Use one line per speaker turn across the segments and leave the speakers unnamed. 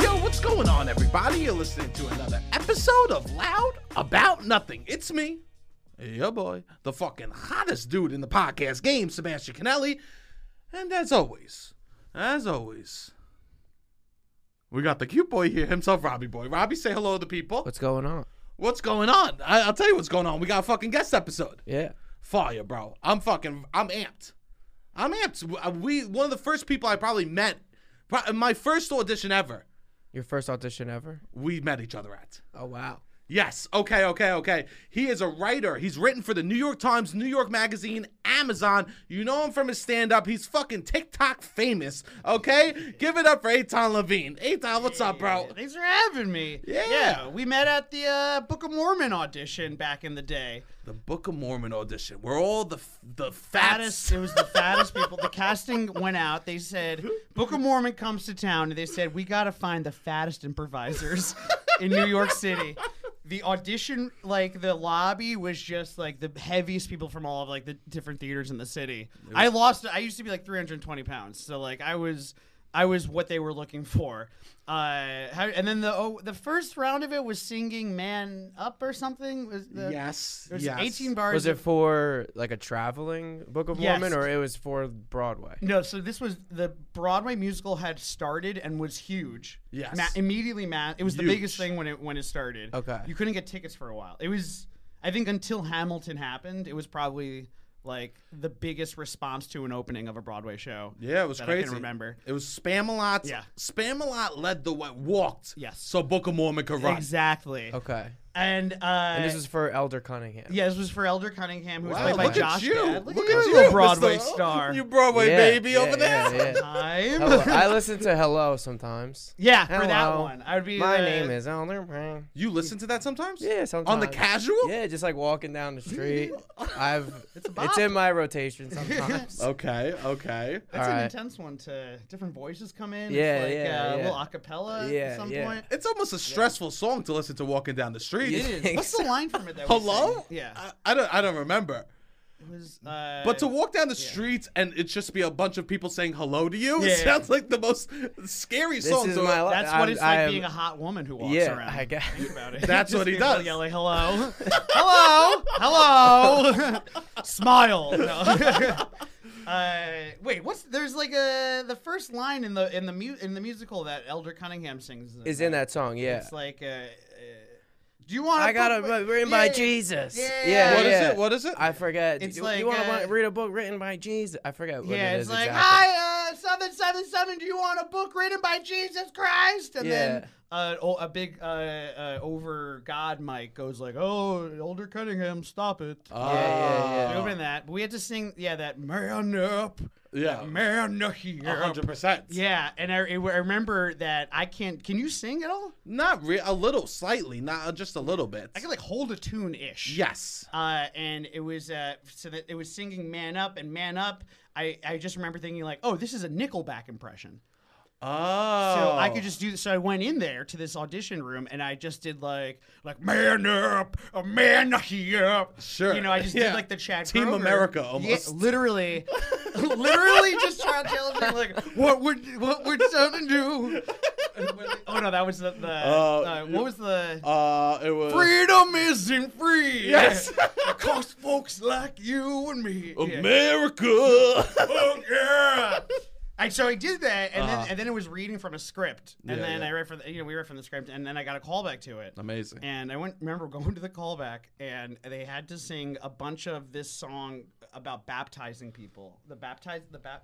Yo, what's going on, everybody? You're listening to another episode of Loud About Nothing. It's me, your boy, the fucking hottest dude in the podcast game, Sebastian Canelli. And as always, as always, we got the cute boy here himself, Robbie Boy. Robbie, say hello to the people.
What's going on?
What's going on? I- I'll tell you what's going on. We got a fucking guest episode.
Yeah.
Fire, bro. I'm fucking, I'm amped. I'm amped. uh, We, one of the first people I probably met, pro- my first audition ever,
Your first audition ever?
we met each other at.
Oh wow.
Yes. Okay, okay, okay. He is a writer. He's written for the New York Times, New York Magazine, Amazon. You know him from his stand up. He's fucking TikTok famous. Okay? Give it up for Aton Levine. Aton, what's up, bro?
Thanks for having me.
Yeah.
we met at the uh, Book of Mormon audition back in the day.
The Book of Mormon audition. We're all the f- the
Fattest,
fattest.
it was the fattest people. The casting went out. They said Book of Mormon comes to town, and they said we got to find the fattest improvisers in New York City. The audition, like the lobby, was just like the heaviest people from all of like the different theaters in the city. I lost. I used to be like 320 pounds, so like I was. I was what they were looking for. Uh, how, and then the oh, the first round of it was singing "Man Up" or something. Was the,
Yes.
It was
yes.
18 bars.
Was
of-
it for like a traveling Book of
Yes.
Mormon or it was for Broadway?
No, so this was the Broadway musical had started and was huge.
Yes.
Ma- immediately, ma- it was the biggest
Huge.
thing when it when it started.
Okay.
you couldn't get tickets for a while. It was, I think, until Hamilton happened, it was probably like the biggest response to an opening of a Broadway show.
Yeah, it was
that
crazy.
I can remember.
It was Spamalot.
Yeah.
Spamalot led the way, walked.
Yes.
So Book of Mormon could run.
Exactly.
Okay.
And uh,
And this is for Elder Cunningham.
yeah, this was for Elder Cunningham, who was
Wow,
played by
look
Josh.
at you.
Gad.
Look,
you.
at you,
You
Mr.
Broadway
Oh,
star.
You Broadway
Yeah,
baby
yeah,
over there.
yeah, yeah.
Time.
Hello. I listen to Hello sometimes.
yeah, for that
Hello.
one, I would be.
My
the-
name is Elder. Brown.
You listen to that sometimes?
Yeah, sometimes.
On the casual?
Yeah, just like walking down the street. I've it's, in my rotation sometimes.
Okay, okay.
That's
All
an
right.
intense one. To different voices come in.
Yeah,
it's like
yeah,
uh, a
yeah.
little acapella
Yeah,
at some
yeah.
point.
It's almost a stressful song to listen to walking down the street.
You think
What's the
so?
line from it that we
Hello?
Uh,
sang? Yeah.
I, I don't I don't remember.
it was uh,
But to walk down the streets and it just be a bunch of people saying hello to you, it
Yeah.
sounds like the most scary
This
song.
is
to-
my life.
that's what
I'm-
it's like
I'm-
being a hot woman who walks
Yeah,
around.
I guess.
Think about it.
That's
Just
what he
people
does.
Yelling hello, hello, hello, smile. No. uh, wait, what's there's like a the first line in the in the mu- in the musical that Elder Cunningham sings
Is in that song, yeah.
It's like. Uh, uh, do you want?
I got a book written by
Yeah.
Jesus.
Yeah.
yeah
What is
yeah.
it? What is it?
I forget.
It's
you,
like,
you want
uh,
to read a book written by Jesus? I forget what
yeah,
it
it's
is
like,
exactly.
hi, uh, something, something, something. Do you want a book written by Jesus Christ? And
Yeah.
then uh, oh, a big uh, uh, over God mic goes like, oh, Elder Cunningham, stop it.
Ah.
yeah,
It would've been that. But we had to sing, yeah, that man up,
yeah.
man up here.
A hundred percent.
Yeah, and I, I remember that I can't. Can you sing at all?
Not real a little, slightly, not uh, just a little bit.
I could like hold a tune ish.
yes.
uh, and it was uh, so that it was singing "Man Up" and "Man Up." I, I just remember thinking like, oh, this is a Nickelback impression.
Oh.
So I could just do this. So I went in there to this audition room and I just did like like man up, a man up.
Sure.
You know, I just
Yeah.
did like the Chad
Team
Kroeger.
America
Yeah,
almost.
literally, literally just trying to tell them like what would what would something do? oh no, that was the, the
Uh,
uh, what was the
uh it was
freedom isn't free.
Yes.
cost folks like you and me. Yeah.
America.
Oh yeah. And so I did that, and
Uh-huh.
then and then it was reading from a script, and
Yeah,
then
yeah.
I read from the, you know we read from the script, and then I got a callback to it,
Amazing.
and I went remember going to the callback, and they had to sing a bunch of this song about baptizing people, the baptize the bap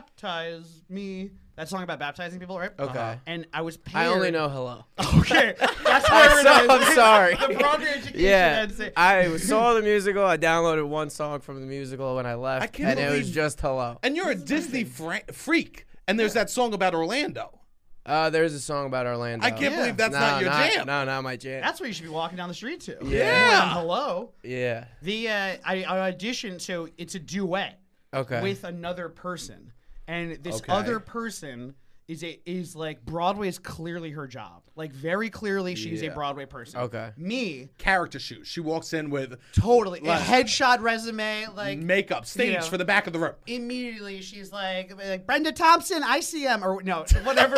baptize me that song about baptizing people, right?
Okay. Uh-huh.
And I was paired.
I only know hello.
Okay, that's where it
so-
is.
I'm sorry.
the Broadway education.
Yeah,
that's it.
I saw the musical. I downloaded one song from the musical when I left,
I can't
and it was
believe-
just hello.
And you're a Disney fre- freak. And there's that song about Orlando.
Uh, there's a song about Orlando.
I can't
Yeah.
believe that's
no,
not your jam.
No, not my jam.
that's what you should be walking down the street to.
Yeah.
Hello.
yeah.
The uh, I, I auditioned, so it's a duet
Okay.
with another person, and this
Okay.
other person is a is like Broadway is clearly her job. Like very clearly, she's
Yeah.
a Broadway person.
Okay.
Me,
Character shoes. She walks in with
totally.
Like-
a headshot resume, like
makeup, stage
know.
for the back of the room.
immediately she's like, like Brenda Thompson, I see him, or no, whatever.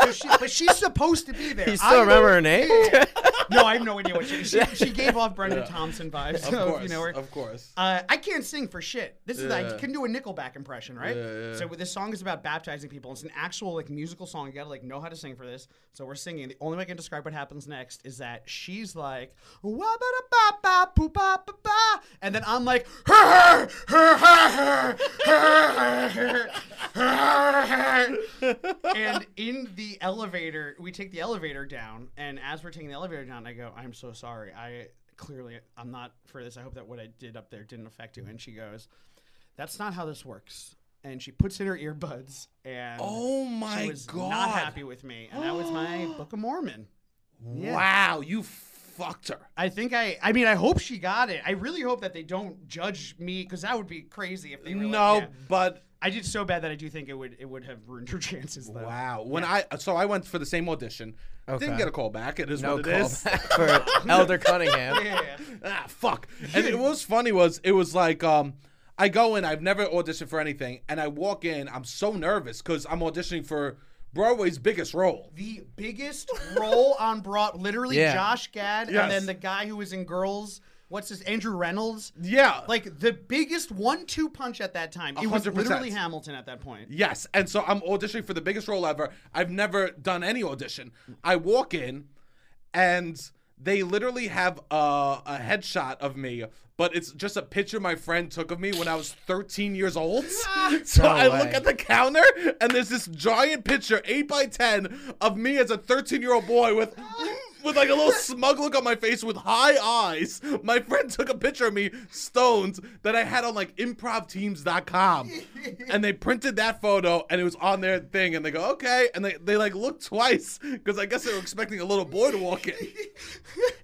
So she- but she's supposed to be there.
You still
I
remember her name?
No, I have no idea what she. She, she gave off Brenda Thompson vibes.
Of
so,
course,
you know her.
of course.
Uh, I can't sing for shit. This is I
Yeah.
can do a Nickelback impression, right?
Yeah, yeah.
So this song is about baptizing people. It's an actual like musical song. You gotta like know how to sing for this. So we're singing. The only way I can describe what happens next is that she's like "Wa ba da ba ba poo ba ba ba," and then I'm like her her her her her her her her and in the elevator, we take the elevator down, and as we're taking the elevator down, I go, "I'm so sorry. I clearly I'm not for this. I hope that what I did up there didn't affect you." And she goes, "That's not how this works." And she puts in her earbuds, and
oh
she
my
was
god!
not happy with me, and that was my Book of Mormon.
Wow, you fucked her.
I think I. I mean, I hope she got it. I really hope that they don't judge me because that would be crazy if they. Were like,
no,
yeah.
but
I did so bad that I do think it would it would have ruined her chances. Though.
wow. When I so I went for the same audition, didn't
Okay.
get a call back. It is
no
what it is.
callback for Elder Cunningham.
Yeah.
ah, fuck. And it was funny was it was like um I go in, I've never auditioned for anything, and I walk in, I'm so nervous because I'm auditioning for Broadway's biggest role.
the biggest role on Broad, literally
Yeah.
Josh Gad,
Yes.
and then the guy who was in Girls, what's his Andrew Reynolds,
Yeah.
like the biggest one-two punch at that time. It was
100%.
literally Hamilton at that point.
Yes, and so I'm auditioning for the biggest role ever. I've never done any audition. I walk in, and they literally have a, a headshot of me, but it's just a picture my friend took of me when I was 13 years old. so
No
I look
way.
at the counter, and there's this giant picture, eight by ten, of me as a 13 year old boy with. With like a little smug look on my face, with high eyes, my friend took a picture of me stoned that I had on like improvteams.com, and they printed that photo and it was on their thing, and they go okay, and they, they like looked twice because I guess they were expecting a little boy to walk in.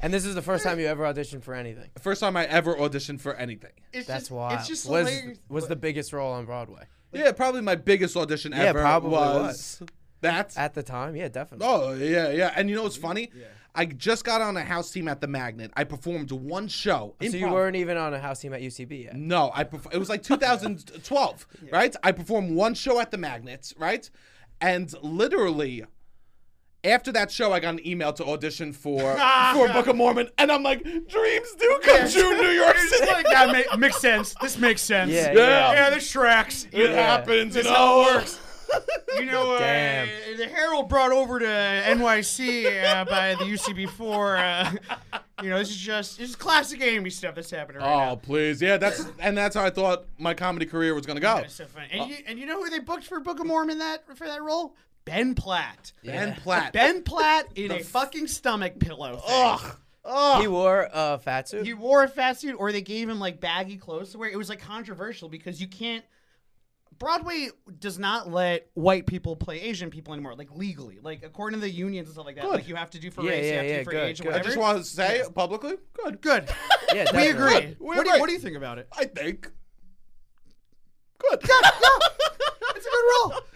And this is the first time you ever auditioned for anything.
First time I ever auditioned for anything.
It's
That's
just,
why.
It's just
was
hilarious.
was the biggest role on Broadway
Yeah, probably my biggest audition
Yeah,
ever
probably
was, that.
at the time? Yeah, definitely.
Oh yeah, yeah. And you know what's funny? I just got on a house team at the Magnet. I performed one show.
so you
improv.
weren't even on a house team at UCB yet.
No, I perf- it was like 2012, right? I performed one show at the Magnets, right? And literally after that show, I got an email to audition for for Book of Mormon, and I'm like, dreams do come true, New York City.
It's like that ma- makes sense. This makes sense.
Yeah,
Yeah.
yeah this tracks.
it
Yeah.
happens, you
That's how
know.
it works. You know, uh,
Damn.
the Herald brought over to NYC uh, by the UCB4. Uh, you know, this is just this is classic Amy stuff that's happening right now.
Oh please, yeah. That's and that's how I thought my comedy career was gonna go.
That's so funny.
Uh,
And, you, and you know who they booked for Book of Mormon that for that role? Ben Platt.
Ben Platt.
Ben Platt in a fucking stomach pillow. Thing.
Ugh.
He wore a fat suit.
He wore a fat suit, or they gave him like baggy clothes to wear. It was like controversial because you can't. Broadway does not let white people play Asian people anymore, like legally, like according to the unions and stuff like that.
Good.
Like you have to do for
Yeah,
race, you
yeah,
have to
yeah,
do for
good,
age, or
good. I
I
whatever.
just want to say publicly, good.
good.
yeah,
We
definitely.
agree.
We
What do, you,
agree.
what do you think about it?
I think. Good.
It's a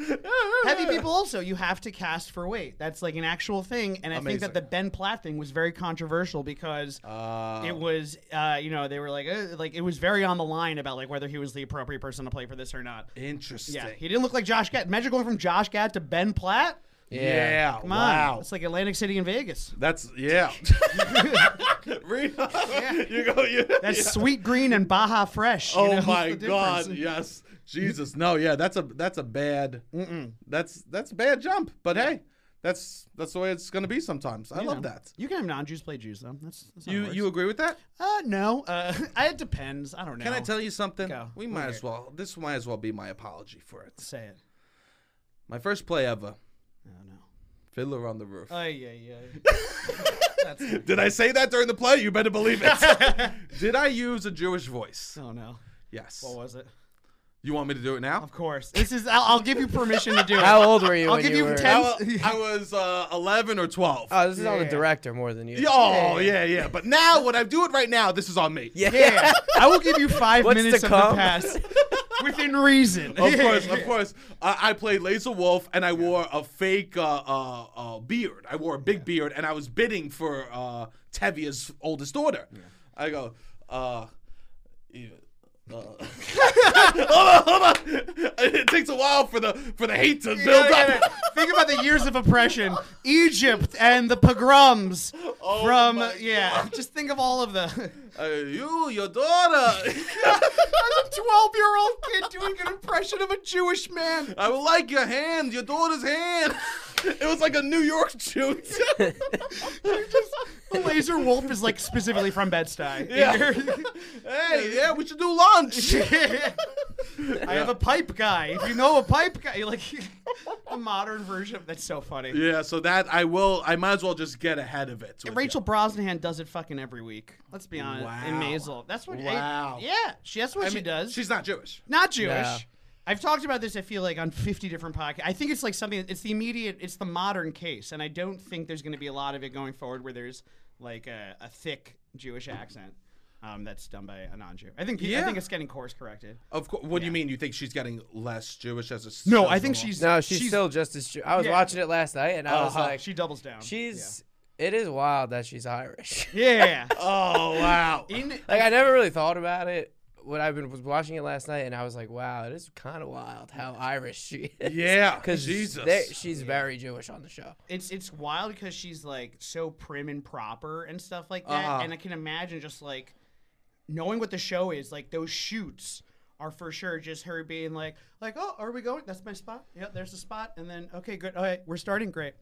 good role. Heavy
Heavy
people also, you have to cast for weight. That's like an actual thing. And I think
Amazing. Ah.
that the Ben Platt thing was very controversial because it was, uh, you know, they were like, uh, like it was very on the line about like whether he was the appropriate person to play for this or not.
Interesting.
Yeah, he didn't look like Josh Gad. Imagine going from Josh Gad to Ben Platt.
Yeah.
Yeah.
Come
wow.
on, it's like Atlantic City and Vegas.
That's yeah. Rita, you go. You,
That's
yeah.
sweet green and Baja Fresh. you
Oh
know, the
my
difference.
God! Yes, Jesus. No, yeah. That's a that's a bad. That's that's a bad jump. But hey, that's that's the way it's gonna be sometimes. I
You
love
know.
that.
You can have non-Jews play Jews though. That's, that's how it
You
works.
you agree with that?
Uh, no. Uh, it depends. I don't know.
Can I tell you something?
Go.
We might as well. This might as well be my apology for it.
Say it.
My first play ever,
I don't know.
Fiddler on the Roof.
Ay, ay, ay.
Did I say that during the play? You better believe it. Did I use a Jewish voice?
Oh no.
Yes.
What was it?
You want me to do it now?
Of course. This is. I'll, I'll give you permission to do it.
How old were you?
I'll
when
give you
were...
10
I wa- I was uh, 11 or 12.
Oh, this is on the
Yeah.
director more than you.
Yeah, oh, yeah, yeah. But now, when I do it right now, this is on me.
Yeah.
Yeah. I will give you five
What's
minutes
to
of
come?
the past. within reason.
Of course, of course. I I played Laser Wolf, and I wore a fake uh, uh, uh, beard. I wore a big beard, and I was bidding for uh, Tevia's oldest daughter. I go, uh, yeah, uh. hold on, hold on. It takes a while for the for the hate to build up.
Think about the years of oppression, Egypt and the pogroms from
my
yeah. Just think of all of the
Uh, you, your daughter.
a twelve-year-old kid doing an impression of a Jewish man.
I would like your hand, your daughter's hand. It was like a New York shoot.
The laser wolf is like specifically from Bed-Stuy.
Yeah. hey, yeah, we should do lunch.
I have a pipe guy. If you know a pipe guy, like a modern version. of- That's so funny.
Yeah, so that I will. I might as well just get ahead of it. with
Rachel Brosnahan does it fucking every week. Let's be honest. In
Wow.
Maisel, that's what.
Wow.
yeah, she that's what
you. I
she
mean,
does.
She's not Jewish.
not Jewish.
Yeah.
I've talked about this. I feel like on fifty different podcasts. I think it's like something. It's the immediate. It's the modern case, and I don't think there's going to be a lot of it going forward where there's like a, a thick Jewish accent um, that's done by a non-Jew. I think. I
Yeah.
think it's getting course corrected.
Of course. What do you mean? You think she's getting less Jewish as a?
No,
as
I
a
think
law?
she's
No, she's, still just as. Jew- I was
Yeah.
watching it last night, and I was
Uh-huh.
like,
she doubles down.
she's. It is wild that she's Irish.
yeah.
Oh wow.
In
like I never really thought about it when I been, was watching it last night, and I was like, wow, it is kind of wild how Irish she is.
yeah.
because
Jesus.
she's very Jewish on the show.
it's it's wild because she's like so prim and proper and stuff like that
Uh-huh.
and i can imagine just like knowing what the show is like those shoots are for sure just her being like like oh are we going that's my spot yeah there's the spot and then okay good all right we're starting great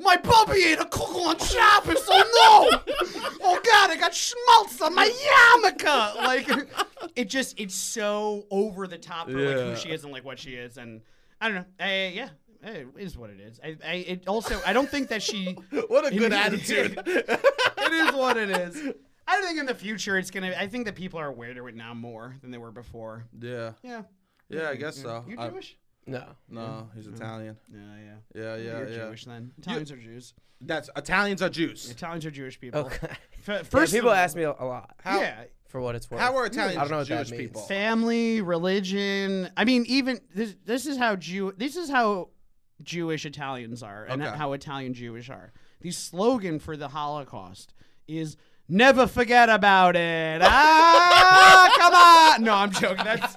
my puppy ate a cuckoo on Shabbos. Oh no! Oh god, I got schmaltz on my yarmulke. Like, it just—it's so over the top for like
Yeah.
who she is and like what she is, and I don't know. I, yeah, it is what it is. I, I it also I don't think that she.
What a good attitude.
It is what it is. I think in the future it's gonna. I think that people are aware to it now more than they were before.
yeah.
Yeah.
Yeah, I guess so.
You
I-
Jewish?
No,
no, he's Italian.
Yeah, yeah.
Yeah, yeah,
You're
yeah.
Jewish then. Italians are Jews.
That's Italians are Jews.
Italians are Jewish people.
okay.
F-
First
first,
people
of all-
ask me a a lot
How-
Yeah.
for what it's worth.
How are Italians
I don't know what
Jewish
that means.
people?
family, religion. I mean, even this. This is how Jew. This is how Jewish Italians are, and
Okay.
how Italian Jewish are. The slogan for the Holocaust is "Never forget about it." Ah, come on! No, I'm joking. That's.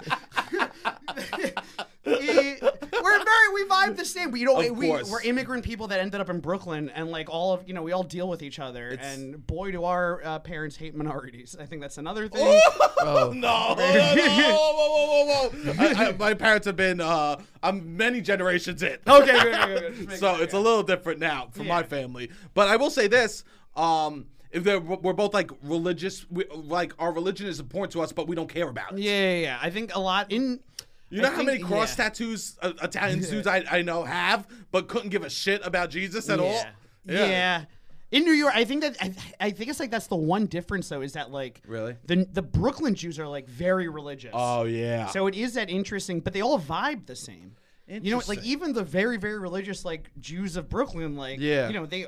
Eh, we're very we vibe the same. We don't.
Of
We,
course.
we're immigrant people that ended up in Brooklyn, and like all of you know, we all deal with each other. and boy, do our uh, parents hate minorities. I think that's another thing.
Oh. no, no, no, whoa, whoa, whoa, whoa, whoa. I, I, my parents have been, uh, I'm many generations in.
Okay, good, good, good, good. Just making
so
sure,
it's
yeah.
a little different now for my
Yeah.
family. But I will say this: um, if they're, we're both like religious, we, like our religion is important to us, but we don't care about it.
Yeah, yeah, yeah. I think a lot in.
You know
I
how
think-
many cross
yeah.
tattoos uh, Italian dudes I, I know have, but couldn't give a shit about Jesus at all.
Yeah. Yeah. In New York, I think that I, I think it's like that's the one difference though is that like
Really?
the the Brooklyn Jews are like very religious.
Oh yeah.
So it is that interesting, but they all vibe the same. You know, like
Interesting.
even the very very religious like Jews of Brooklyn, like
Yeah.
you know they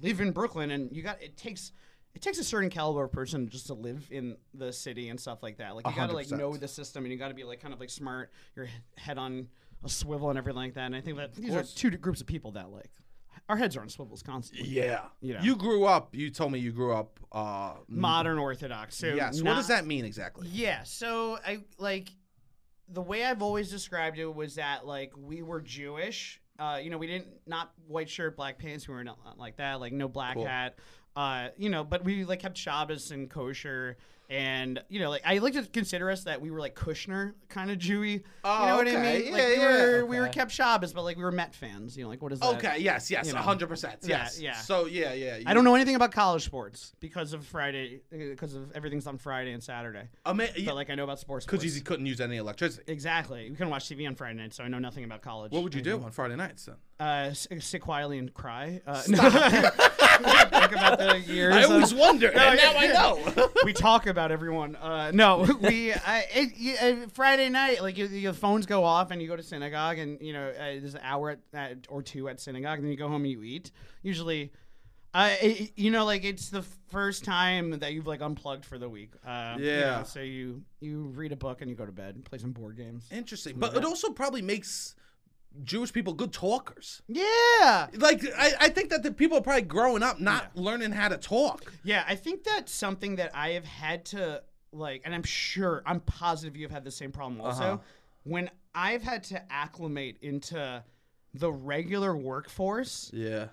live in Brooklyn, and you got it takes. It takes a certain caliber of person just to live in the city and stuff like that. Like you got to like
100%.
know the system, and you got to be like kind of like smart, your he- head on a swivel and everything like that. And I think that these are
course.
two d- groups of people that like our heads are on swivels constantly.
yeah.
You know.
You grew up. You told me you grew up. Uh,
Modern Orthodox. So
yes. What
not-
does that mean exactly?
Yeah, so I like the way I've always described it was that like we were Jewish. Uh, you know, we didn't not white shirt, black pants. We were not not like that. Like no black
Cool.
hat. Uh, you know, but we like kept Shabbos and kosher, and you know, like I like to consider us that we were like Kushner kind of Jewy.
Oh,
you know what I
okay.
mean? Like
Yeah,
we
yeah.
were we were
Okay.
kept Shabbos, but like we were Met fans. You know, like what is that?
Okay. Yes. Yes.
you know.
hundred percent.
Yeah,
Yes.
yeah.
So yeah. Yeah.
I don't know anything about college sports because of Friday, because of everything's on Friday and Saturday. But
Because
like I know about sports.
he couldn't use any electricity.
Exactly. We couldn't watch TV on Friday night, so I know nothing about college.
What would you
Mm-hmm.
do on Friday nights then?
Uh, s- sit quietly and cry. Uh, Think about the years.
I
of-
always wonder, and
yeah,
now I
yeah.
know.
we talk about everyone. Uh, no, we I, it, you, uh, Friday night, like your, your phones go off and you go to synagogue, and you know uh, there's an hour at, at, or two at synagogue, and then you go home and you eat. Usually, I, I- you know, like it's the first time that you've like unplugged for the week. Uh, you
Yeah.
know, so you you read a book and you go to bed, play some board games.
Interesting, but it also probably makes Jewish people good talkers.
Yeah.
Like I, I think that the people are probably growing up not learning how to talk.
Yeah, I think that's something that I have had to like, and I'm sure, I'm positive you've had the same problem also.
Uh-huh.
When I've had to acclimate into the regular workforce,
Yeah.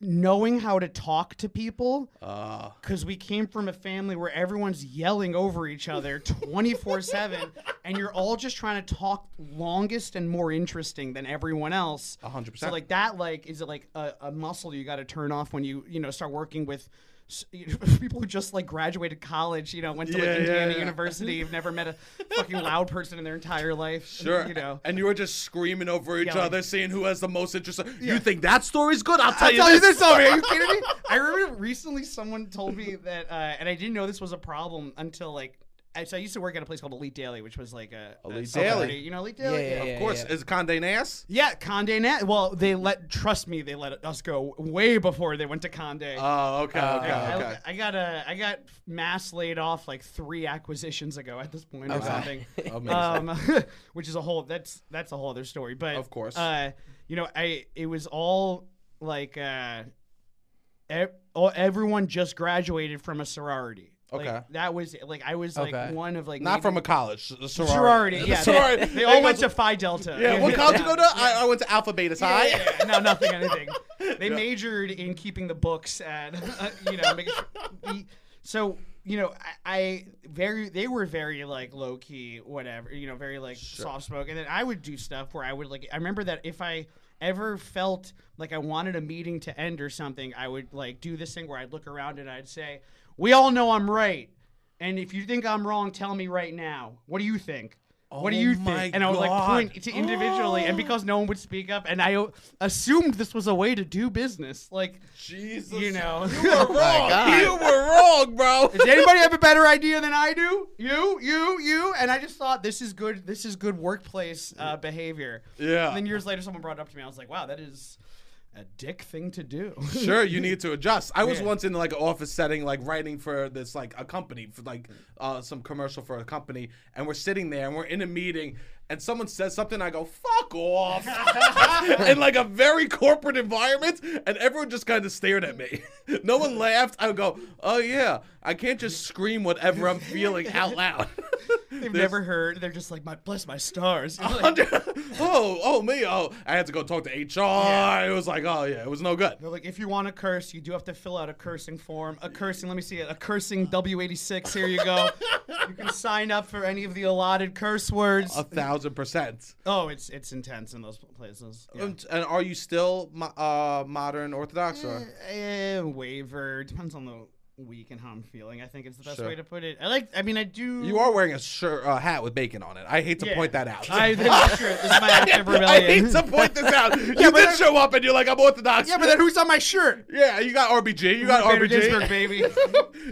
knowing how to talk to people,
Uh,
because we came from a family where everyone's yelling over each other 24 7, and you're all just trying to talk longest and more interesting than everyone else.
100%.
So like that, like is it like a, a muscle you got to turn off when you you know start working with s- people who just like graduated college, you know, went to
Yeah,
like
yeah,
Indiana
yeah.
University, have never met a fucking loud person in their entire life.
Sure.
you know.
And you were just screaming over each
Yelling.
other, seeing who has the most interest. You think that story's good? I'll tell,
I
you,
tell you
this.
this, over here. Are you kidding me? I remember recently someone told me that, uh, and I didn't know this was a problem until like. I, so I used to work at a place called Elite Daily, which was like a a
Elite
celebrity-
Daily.
You know Elite Daily?
Yeah, yeah,
Of course,
yeah.
is Condé Nast?
Yeah, Condé Nast. Well, they let trust me, they let us go way before they went to Condé.
Oh, okay, okay,
Uh, Yeah,
okay.
I, I got a I got mass laid off like three acquisitions ago at this point or
Okay.
something.
Amazing.
um, which is a whole that's that's a whole other story. But
Of course.
uh, you know, I it was all like uh, ev- all, everyone just graduated from a sorority. Like,
Okay.
that was it. like I was
Okay.
like one of like
Not
maybe-
from a college, a sorority.
sorority. Yeah,
sorority.
They, they all went to Phi Delta.
Yeah, what college you go to? I, I went to Alpha Beta
Yeah,
Psi.
yeah, yeah. No, nothing, anything. They majored in keeping the books and uh, you know, making sure. e- So you know, I, I very they were very like low key, whatever. You know, very like soft spoken. And then I would do stuff where I would like. I remember that if I ever felt like I wanted a meeting to end or something, I would like do this thing where I'd look around and I'd say, "We all know I'm right." And if you think I'm wrong, tell me right now. What do you think? what do
Oh
you
my
think? And I would like
God.
point to individually, and because no one would speak up, and I o- assumed this was a way to do business. Like,
Jesus.
you know,
You were wrong. You were wrong, bro.
does anybody have a better idea than I do? You, you, you, and I just thought this is good. This is good workplace uh, behavior.
Yeah.
And then years later, someone brought it up to me. I was like, wow, that is a dick thing to do.
sure you need to adjust i was
Yeah.
once in like an office setting like writing for this like a company for like uh, some commercial for a company and we're sitting there and we're in a meeting and someone says something i go fuck off in like a very corporate environment and everyone just kind of stared at me no one laughed i would go oh yeah i can't just scream whatever i'm feeling out loud
They've never heard. They're just like, my bless my stars. You're like-
Under- oh, oh me! Oh, I had to go talk to HR. It was like, oh yeah, it was no good.
They're like, if you want to curse, you do have to fill out a cursing form. A cursing, let me see it. A cursing W86. Here you go. you can sign up for any of the allotted curse words.
A thousand percent. Um,
oh, it's it's intense in those places. Yeah.
And, and are you still mo- uh, modern Orthodox? Or?
Eh, waiver depends on the week and how I'm feeling. I think it's the best
Sure.
way to put it. I like. I mean, I do.
You are wearing a shirt, uh, hat with bacon on it. I hate to
Yeah.
point that out.
I, that's true. This is my act of
I
rebellion.
hate to point this out. You did
then-
show up and you're like, I'm Orthodox.
yeah, but then who's on my shirt?
Yeah, you got RBG. You got
Ruth Bader Ginsburg,
RBG.
baby.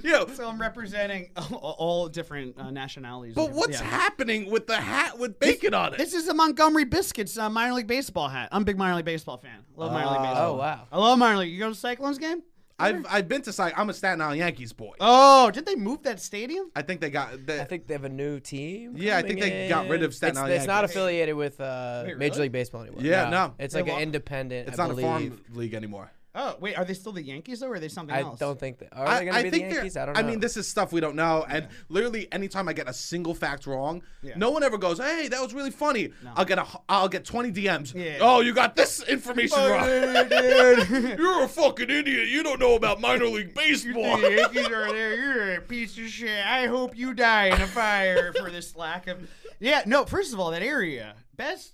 yeah.
so I'm representing all, all different uh, nationalities.
But what's
happening?
happening with the hat with bacon on it?
This is the Montgomery Biscuits uh, minor league baseball hat. I'm a big minor league baseball fan. Love minor league
Oh.
baseball.
Oh wow.
I love minor league. You go to the Cyclones game?
I've, I've been to Cy- I'm a Staten Island Yankees boy.
Oh, did they move that stadium?
I think they got. They,
I think they have a new team.
Yeah, I think
coming
they got rid of
in.
Staten
It's-
Island
It's, not
Yankees.
affiliated with uh,
Wait,
Major
really?
League Baseball anymore.
Yeah, no.
It's
They
like an
lost-
independent.
it's
I
not
believe.
a farm league anymore.
Oh, wait, are they still the Yankees though, or are they something
I
else?
don't think that. Are
I,
they going
I
to be the
think they're-
Yankees? I don't know.
I mean, this is stuff we don't know. And literally, anytime I get a single fact wrong, no one ever goes, "Hey, that was really funny." I'll get a, h- I'll get twenty DMs.
Yeah.
Oh, you got this
Oh,
information wrong.
dude.
You're a fucking idiot. You don't know about minor league baseball.
the Yankees are there. You're a piece of shit. I hope you die in a fire for this lack of. Yeah, no. First of all, that area best,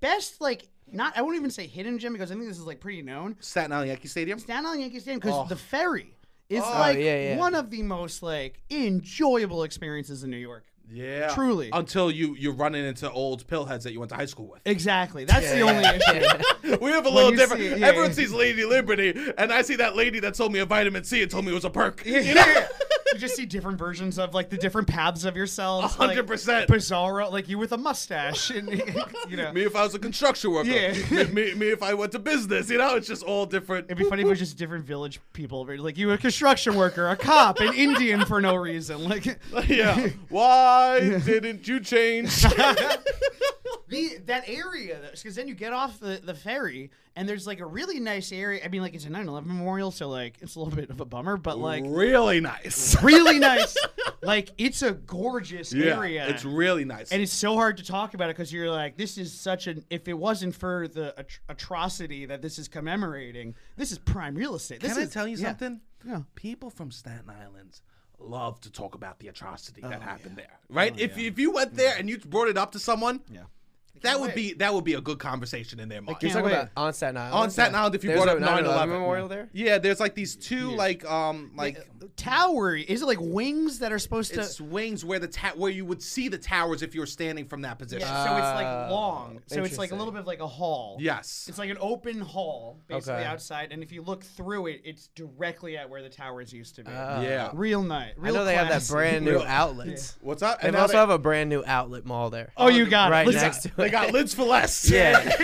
best like not. I won't even say hidden gem because I think this is like pretty known.
Staten Island Yankee Stadium.
Staten Island Yankee Stadium because
Oh.
the ferry is
Oh,
like
yeah, yeah.
one of the most like enjoyable experiences in New York.
Yeah.
Truly.
Until you you're running into old pillheads that you went to high school with.
Exactly. That's the only issue.
We have a little
you
different.
see it, yeah,
Everyone
yeah.
sees Lady Liberty, and I see that lady that sold me a vitamin C and told me it was a perk. You know?
Yeah. you just see different versions of like the different paths of yourself.
hundred
like,
percent.
Bizarro, like you with a mustache, and you know.
Me if I was a construction worker.
Yeah.
me, me, me if I went to business. You know, it's just all different.
It'd be funny if it was just different village people. Like you, a construction worker, a cop, an Indian for no reason. Like
yeah. Why didn't you change?
the that area, because then you get off the, the ferry and there's like a really nice area. I mean, like it's a 9/11 memorial, so like it's a little bit of a bummer, but like
really nice.
really nice. Like it's a gorgeous
Yeah,
area.
it's really nice.
and it's so hard to talk about it because you're like, this is such an. If it wasn't for the at- atrocity that this is commemorating, this is prime real estate. This
Can I
is-
tell you
yeah.
something?
Yeah.
People from Staten Island love to talk about the atrocity
Oh,
that happened there, right? if if you went there and you brought it up to someone,
Yeah.
that would be that would be a good conversation in their mind.
can't
You're talking
wait.
about on Staten Island.
On Staten Island, if you
There's
brought
a
up 9/11.
9/11 memorial there.
Yeah, there's like these two like um like
Tower is it like wings that are supposed
it's
to?
wings where the ta- where you would see the towers if you were standing from that position.
Yeah, so it's like
Ah,
long. So it's like a little
interesting.
bit of like a hall.
Yes.
It's like an open hall, basically
Okay.
outside, and if you look through it, it's directly at where the towers used to be.
Ah.
yeah.
real night.
I
Real
know they have that
classy.
brand new
Real-
outlet.
What's up?
They
And now
also
they-
have a brand new outlet mall there.
Oh, you got
right
it. Listen,
next to
they
it.
got lids for less.
yeah.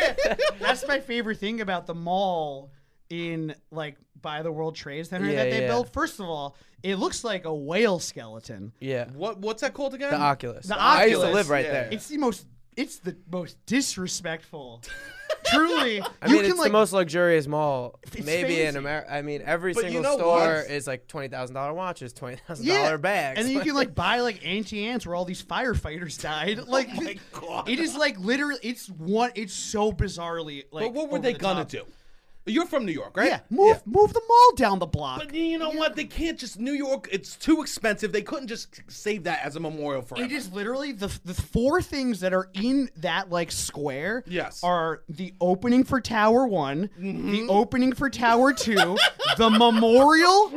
That's my favorite thing about the mall in like by the World Trade Center
Yeah,
that they
yeah.
built. First of all, it looks like a whale skeleton.
Yeah.
What what's that called again?
The Oculus.
The
I used to
Oculus,
live right
yeah.
there.
It's the most. It's the most disrespectful. Truly,
I
you
mean,
can
it's
like
the most luxurious mall,
It's
maybe in
fancy.
America. I mean, every
But you
single
know
store
what?
is like twenty thousand dollar watches, twenty thousand
yeah,
dollar bags.
and then you can like buy like anti ants where all these firefighters died. Like,
Oh my God.
it is like literally. It's one. It's so bizarrely like.
but what were
over
they
the
gonna
top.
do? You're from New York, right?
Yeah, move move the mall down the block.
But you know what? They can't just New York. It's too expensive. They couldn't just save that as a memorial for
It is literally the the four things that are in that like square.
Yes. Mm-hmm.
Are the opening for Tower One, the opening for Tower Two, the memorial,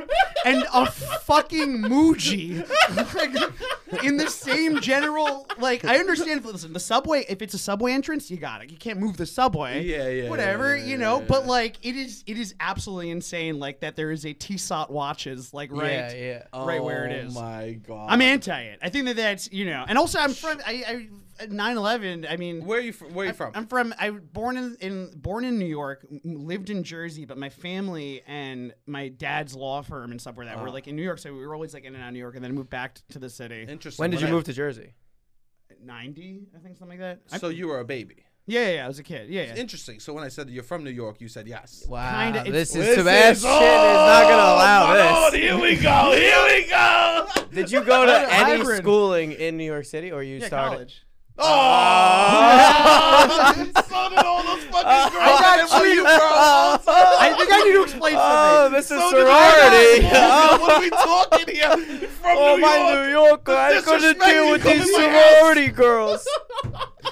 and a fucking Muji. Like, in the same general, like I understand. Listen, the subway. If it's a subway entrance, you got it. You can't move the subway.
Yeah, yeah,
Whatever,
yeah,
you know. But like, it is it is absolutely insane. Like that, there is a T-Sot watches like right,
Yeah, yeah.
right where it is.
Oh my god!
I'm anti it. I think that that's you know, and also I'm from I, I 9/11. I mean,
where are you from? Where are you from?
I'm from I was born in, in born in New York, m- lived in Jersey, but my family and my dad's law firm and stuff were that
Ah.
were like in New York, so we were always like in and out of New York, and then moved back to the city.
Interesting.
when did you move to Jersey?
90, I think something like that.
So
I'm-
you were a baby.
yeah, yeah, yeah, I was a kid. Yeah, yeah.
Interesting. So when I said you're from New York, you said yes.
Wow,
Kinda, it's-
this is
This
Sebastian is, not gonna
Oh,
allow
my
this.
Lord, here we go. Here we go.
Did you go to
Hybrid.
any
Hybrid.
schooling in New York City, or you
Yeah,
started?
college.
Oh, you sounded all those fucking girls.
got
Oh, you,
you.
bro. Oh,
I think I need to explain
Oh,
something.
this is
so did I.
sorority.
Oh, what are we talking here? You're From
Oh,
New
my
York.
New Yorker, I couldn't
disrespect
deal
you
with
come in
these
Oh
my house.
sorority girls.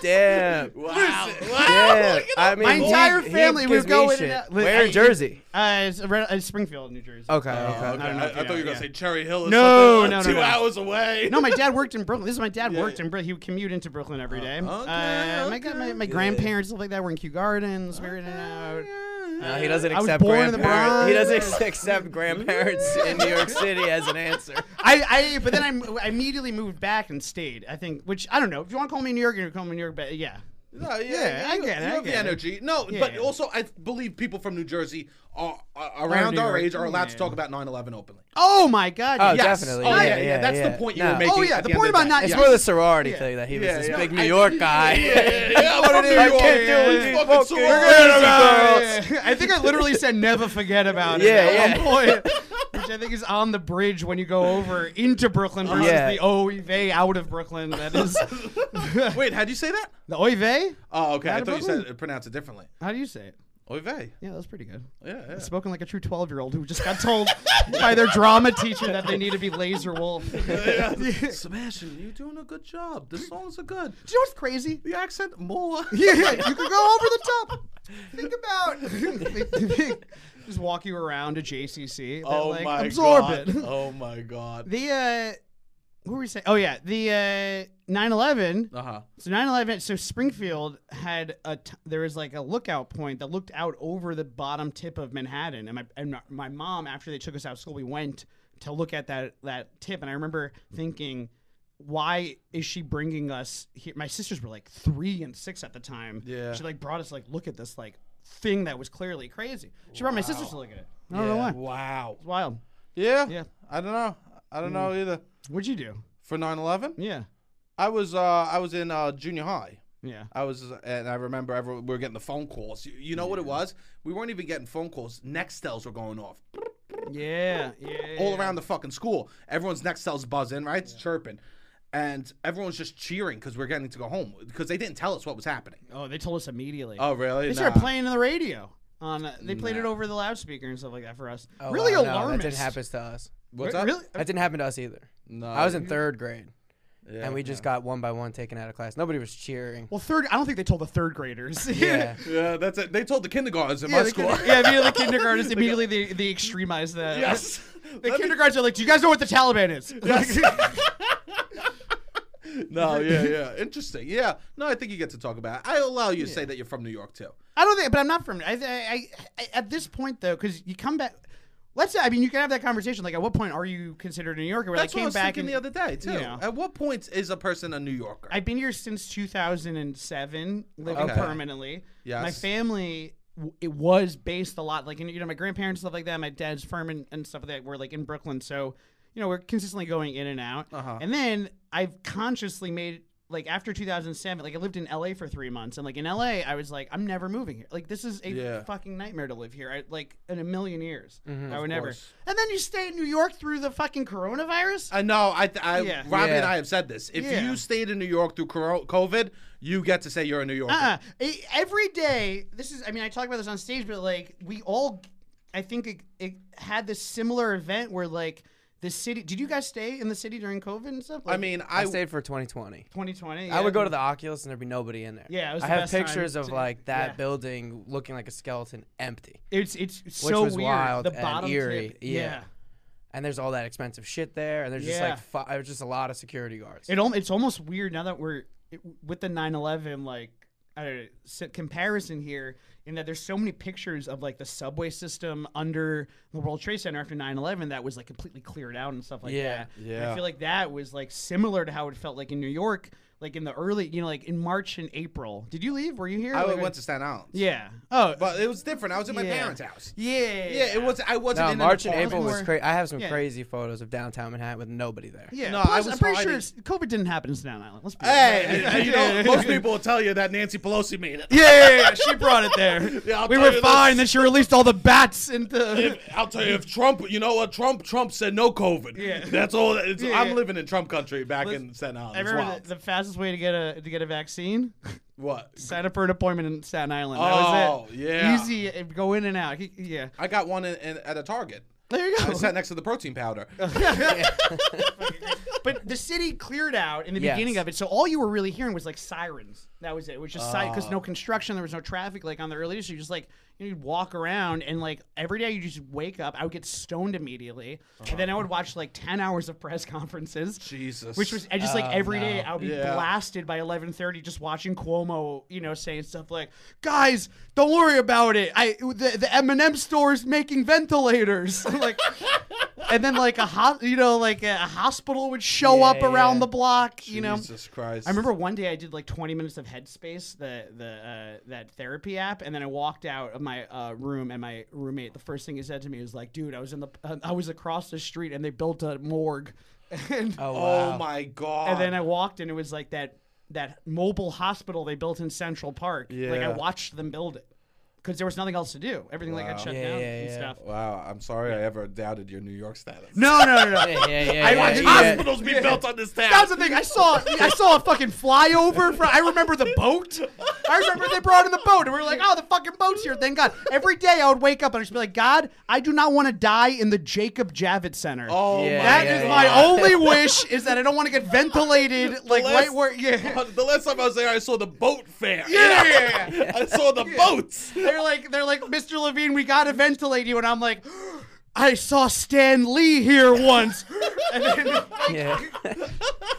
Damn.
Wow. wow.
Yeah, I mean,
My
he-
entire
he
family
gives
was
me
going in
shit.
and out-
Where in
I-
Jersey?
Uh, it's around- uh, Springfield, New Jersey.
Okay,
Oh,
okay.
okay.
I don't know
I, I
if you
thought you
know,
were gonna
yeah.
say Cherry Hill or
No,
something.
no,
uh,
no,
two
no.
hours away.
No, my dad worked in Brooklyn. This is my dad worked in Brooklyn. He would commute into Brooklyn every day. uh, My,
okay.
gu- my, my grandparents stuff like that were in Kew Gardens. We were in and out.
No, he doesn't
I was
accept
born in the
grandparents. He doesn't
Bronx.
ex- accept grandparents in New York City as an answer.
I, I but then I m- I, immediately moved back and stayed. I think, which I don't know. If you want to call me New York, you call me New York. But yeah,
No, yeah,
Yeah, I
you-
get it,
You
I
have
get
the
it.
energy. No,
Yeah,
but
yeah.
also I believe people from New Jersey are, are around
New
our
York,
age are allowed to
yeah.
talk about 9/11 openly.
oh my God.
Oh,
yeah.
Yes.
definitely.
Oh,
yeah,
yeah, yeah,
yeah,
that's the
yeah.
point you
No.
were making.
Oh, yeah,
at
the
end
point
of the
about
day.
not-
It's
Yes.
more the sorority thing that he was
Yeah,
this
yeah.
big
I-
New York guy.
Yeah, yeah, yeah. I'm from New
I
York.
can't deal
Yeah,
with these
yeah.
fucking
Fucking
sorority girls.
Yeah, yeah. I think I literally said never forget about it.
Yeah,
at
yeah.
one point, Which I think is on the bridge when you go over into Brooklyn versus
Yeah.
the Oive out of Brooklyn. That is the
Wait, how do you say that?
Oive.
Oh, okay. I
Not
thought you
Brooklyn?
said pronounce it differently.
How do you say it?
Oy vey.
Yeah, that's pretty good.
Yeah, yeah.
Spoken like a true 12 year old who just got told by their drama teacher that they need to be Laser Wolf. Do you
Sebastian, you're doing a good job. The songs are good.
know what's crazy?
The accent more.
Yeah, you could go over the top. Think about just walk you around to JCC. that,
Oh
like,
my
absorb
god.
it.
Oh my god.
The uh, what were we saying? Oh yeah, the uh, 9/11.
Uh huh.
So 9/11. So Springfield had a t- there was like a lookout point that looked out over the bottom tip of Manhattan, and my and my mom after they took us out of school, we went to look at that that tip, and I remember thinking, why is she bringing us here? My sisters were like three and six at the time.
Yeah.
she like brought us like look at this like thing that was clearly crazy. She brought my sisters to look at it. I don't know why. It's
Wow.
wild.
Yeah.
Yeah. Mm.
I don't know. I don't know either.
What'd you do?
For 9/11,
Yeah,
I was uh I was in uh junior high.
yeah.
I was, and I remember everyone, we were getting the phone calls. You, you know what it was? We weren't even getting phone calls. Nextels were going off
Yeah, yeah.
all around the fucking school. Everyone's Nextels buzzing, right? It's chirping. And everyone's just cheering because we're getting to go home because they didn't tell us what was happening.
Oh, they told us immediately.
Oh, really?
they started playing on the radio. On uh, they played it over the loudspeaker and stuff like that for us.
Oh,
really
wow, no,
alarming.
that didn't happen to us.
What's
Re-
up?
really?
That didn't happen to us either.
No.
I was in third grade,
Yeah,
and we just got one by one taken out of class. Nobody was cheering.
Well, third. I don't think they told the third graders.
Yeah.
Yeah, that's it. They told the kindergartens in
yeah,
my
the,
school.
kinder- yeah, immediately the kindergartens immediately they, they extremize that.
yes.
The
Let me-
kindergartens are like, "Do you guys know what the Taliban is?"
no, yeah, yeah. Interesting. Yeah. No, I think you get to talk about it. I allow you to say that you're from New York, too.
I don't think, but I'm not from. I, I, I, I at this point though, because you come back. Let's. say- I mean, you can have that conversation. Like, at what point are you considered a New Yorker? Where
That's
I came
what I was
back
thinking
and
the other day, too.
you know.
At what point is a person a New Yorker?
I've been here since 2007, living
Okay.
permanently.
Yes.
My family, w- it was based a lot, like, you know, my grandparents, stuff like that, my dad's firm and, and stuff like that were, like, in Brooklyn. So, you know, we're consistently going in and out.
Uh-huh.
And then I've consciously made, like, after 2007, like, I lived in LA for three months. And, like, in LA, I was like, I'm never moving here. Like, this is a
Yeah. Mm-hmm,
fucking nightmare to live here. I, like, in a million years. I
Of
would never.
course.
And then you stay in New York through the fucking coronavirus?
I know. I, th- I
Yeah.
Robbie and
Yeah.
I have said this. If
Yeah.
you stayed in New York through coro- COVID, you get to say you're a New Yorker.
Uh-uh. E- Every day, this is, I mean, I talk about this on stage, but like, we all, I think it, it had this similar event where like the city, did you guys stay in the city during COVID and stuff?
I
Like,
mean,
I
I,
stayed for 2020.
2020.
I would
yeah.
go to the Oculus and there'd be nobody in there.
Yeah, it was
I
the
have
best time
pictures of
to-
like that
yeah.
building looking like a skeleton, empty,
It's, it's so
was
weird.
wild
the
and
bottom tip.
eerie, yeah.
yeah.
and there's all that expensive shit there, and there's just
Yeah.
like fi- there's just a lot of security guards.
It al- it's almost weird now that we're it, with the 9/11 like I don't know, s- comparison here in that there's so many pictures of like the subway system under the World Trade Center after 9/11 that was like completely cleared out and stuff like
Yeah.
that. And
Yeah.
I feel like that was like similar to how it felt like in New York like in the early, you know, like in March and April. Did you leave? Were you here?
I
Like,
went to Staten Island.
Yeah. Oh.
But it was different. I was at my
Yeah.
parents' house.
yeah.
Yeah, it was. I wasn't
no,
in
March
an
and
apartment.
April was
more-
crazy. I have some
yeah.
crazy photos of downtown Manhattan with nobody there.
Yeah.
No, I
Plus,
was
I'm pretty sure
hiding.
it's, COVID didn't happen in Staten Island. Let's be honest.
Hey, you know, most people will tell you that Nancy Pelosi made it.
Yeah, yeah, yeah, she brought it there.
Yeah, I'll
we
tell
were
you this.
fine. Then she released all the bats into.
I'll tell you if Trump, you know what Trump, Trump said no COVID.
Yeah.
that's all. It's,
Yeah,
I'm
yeah.
living in Trump country back in
Listen,
Staten Island.
I
It's
remember
wild.
the, the fastest way to get a to get a vaccine:
what?
sign up for an appointment in Staten Island. That was
Oh,
it.
yeah.
easy. uh, Go in and out. He- Yeah,
I got one in, in, at a Target.
there you
I
go.
sat next to the protein powder.
but the city cleared out in the
Yes.
beginning of it, so all you were really hearing was like sirens. That was it. It was just because
Oh.
no construction, there was no traffic. Like on the early days, you just like you'd walk around and like every day you just wake up. I would get stoned immediately, and then I would watch like ten hours of press conferences.
Jesus.
Which was I just
Oh,
like every day I would be
Yeah.
blasted by 11:30 just watching Cuomo, you know, saying stuff like, "Guys, don't worry about it. I the, the M&M store is making ventilators." I'm like and then like a hot, you know, like a hospital would show
Yeah,
up around
yeah.
the block, you know.
Jesus Christ.
I remember one day I did like 20 minutes of Headspace, the the uh, that therapy app, and then I walked out of my uh, room, and my roommate, the first thing he said to me was like, "Dude, I was in the, uh, I was across the street, and they built a morgue." and,
Oh,
Oh
wow.
my God.
and then I walked, and it was like that that mobile hospital they built in Central Park. Like I
Yeah.
watched them build it because there was nothing else to do. Everything like got
Wow.
shut
Yeah,
down
yeah,
and
yeah.
stuff.
Wow, I'm sorry I ever doubted your New York status.
No, no, no, no.
yeah, yeah, yeah.
I
yeah,
watch
yeah.
hospitals be built on this town.
That was the thing. I saw I saw a fucking flyover. From, I remember the boat. I remember they brought in the boat, and we were like, "Oh, the fucking boat's here! Thank God!" Every day I would wake up and I'd just be like, "God, I do not want to die in the Jacob Javits Center.
oh
Yeah,
that
yeah,
is
yeah.
my only wish is that I don't want to get ventilated like
last-
right where yeah."
God. The last time I was there, I saw the boat fair.
Yeah, yeah, yeah.
I saw the boats.
They're like, they're like, Mr. Levine, we gotta ventilate you, and I'm like, I saw Stan Lee here once, and then
Yeah.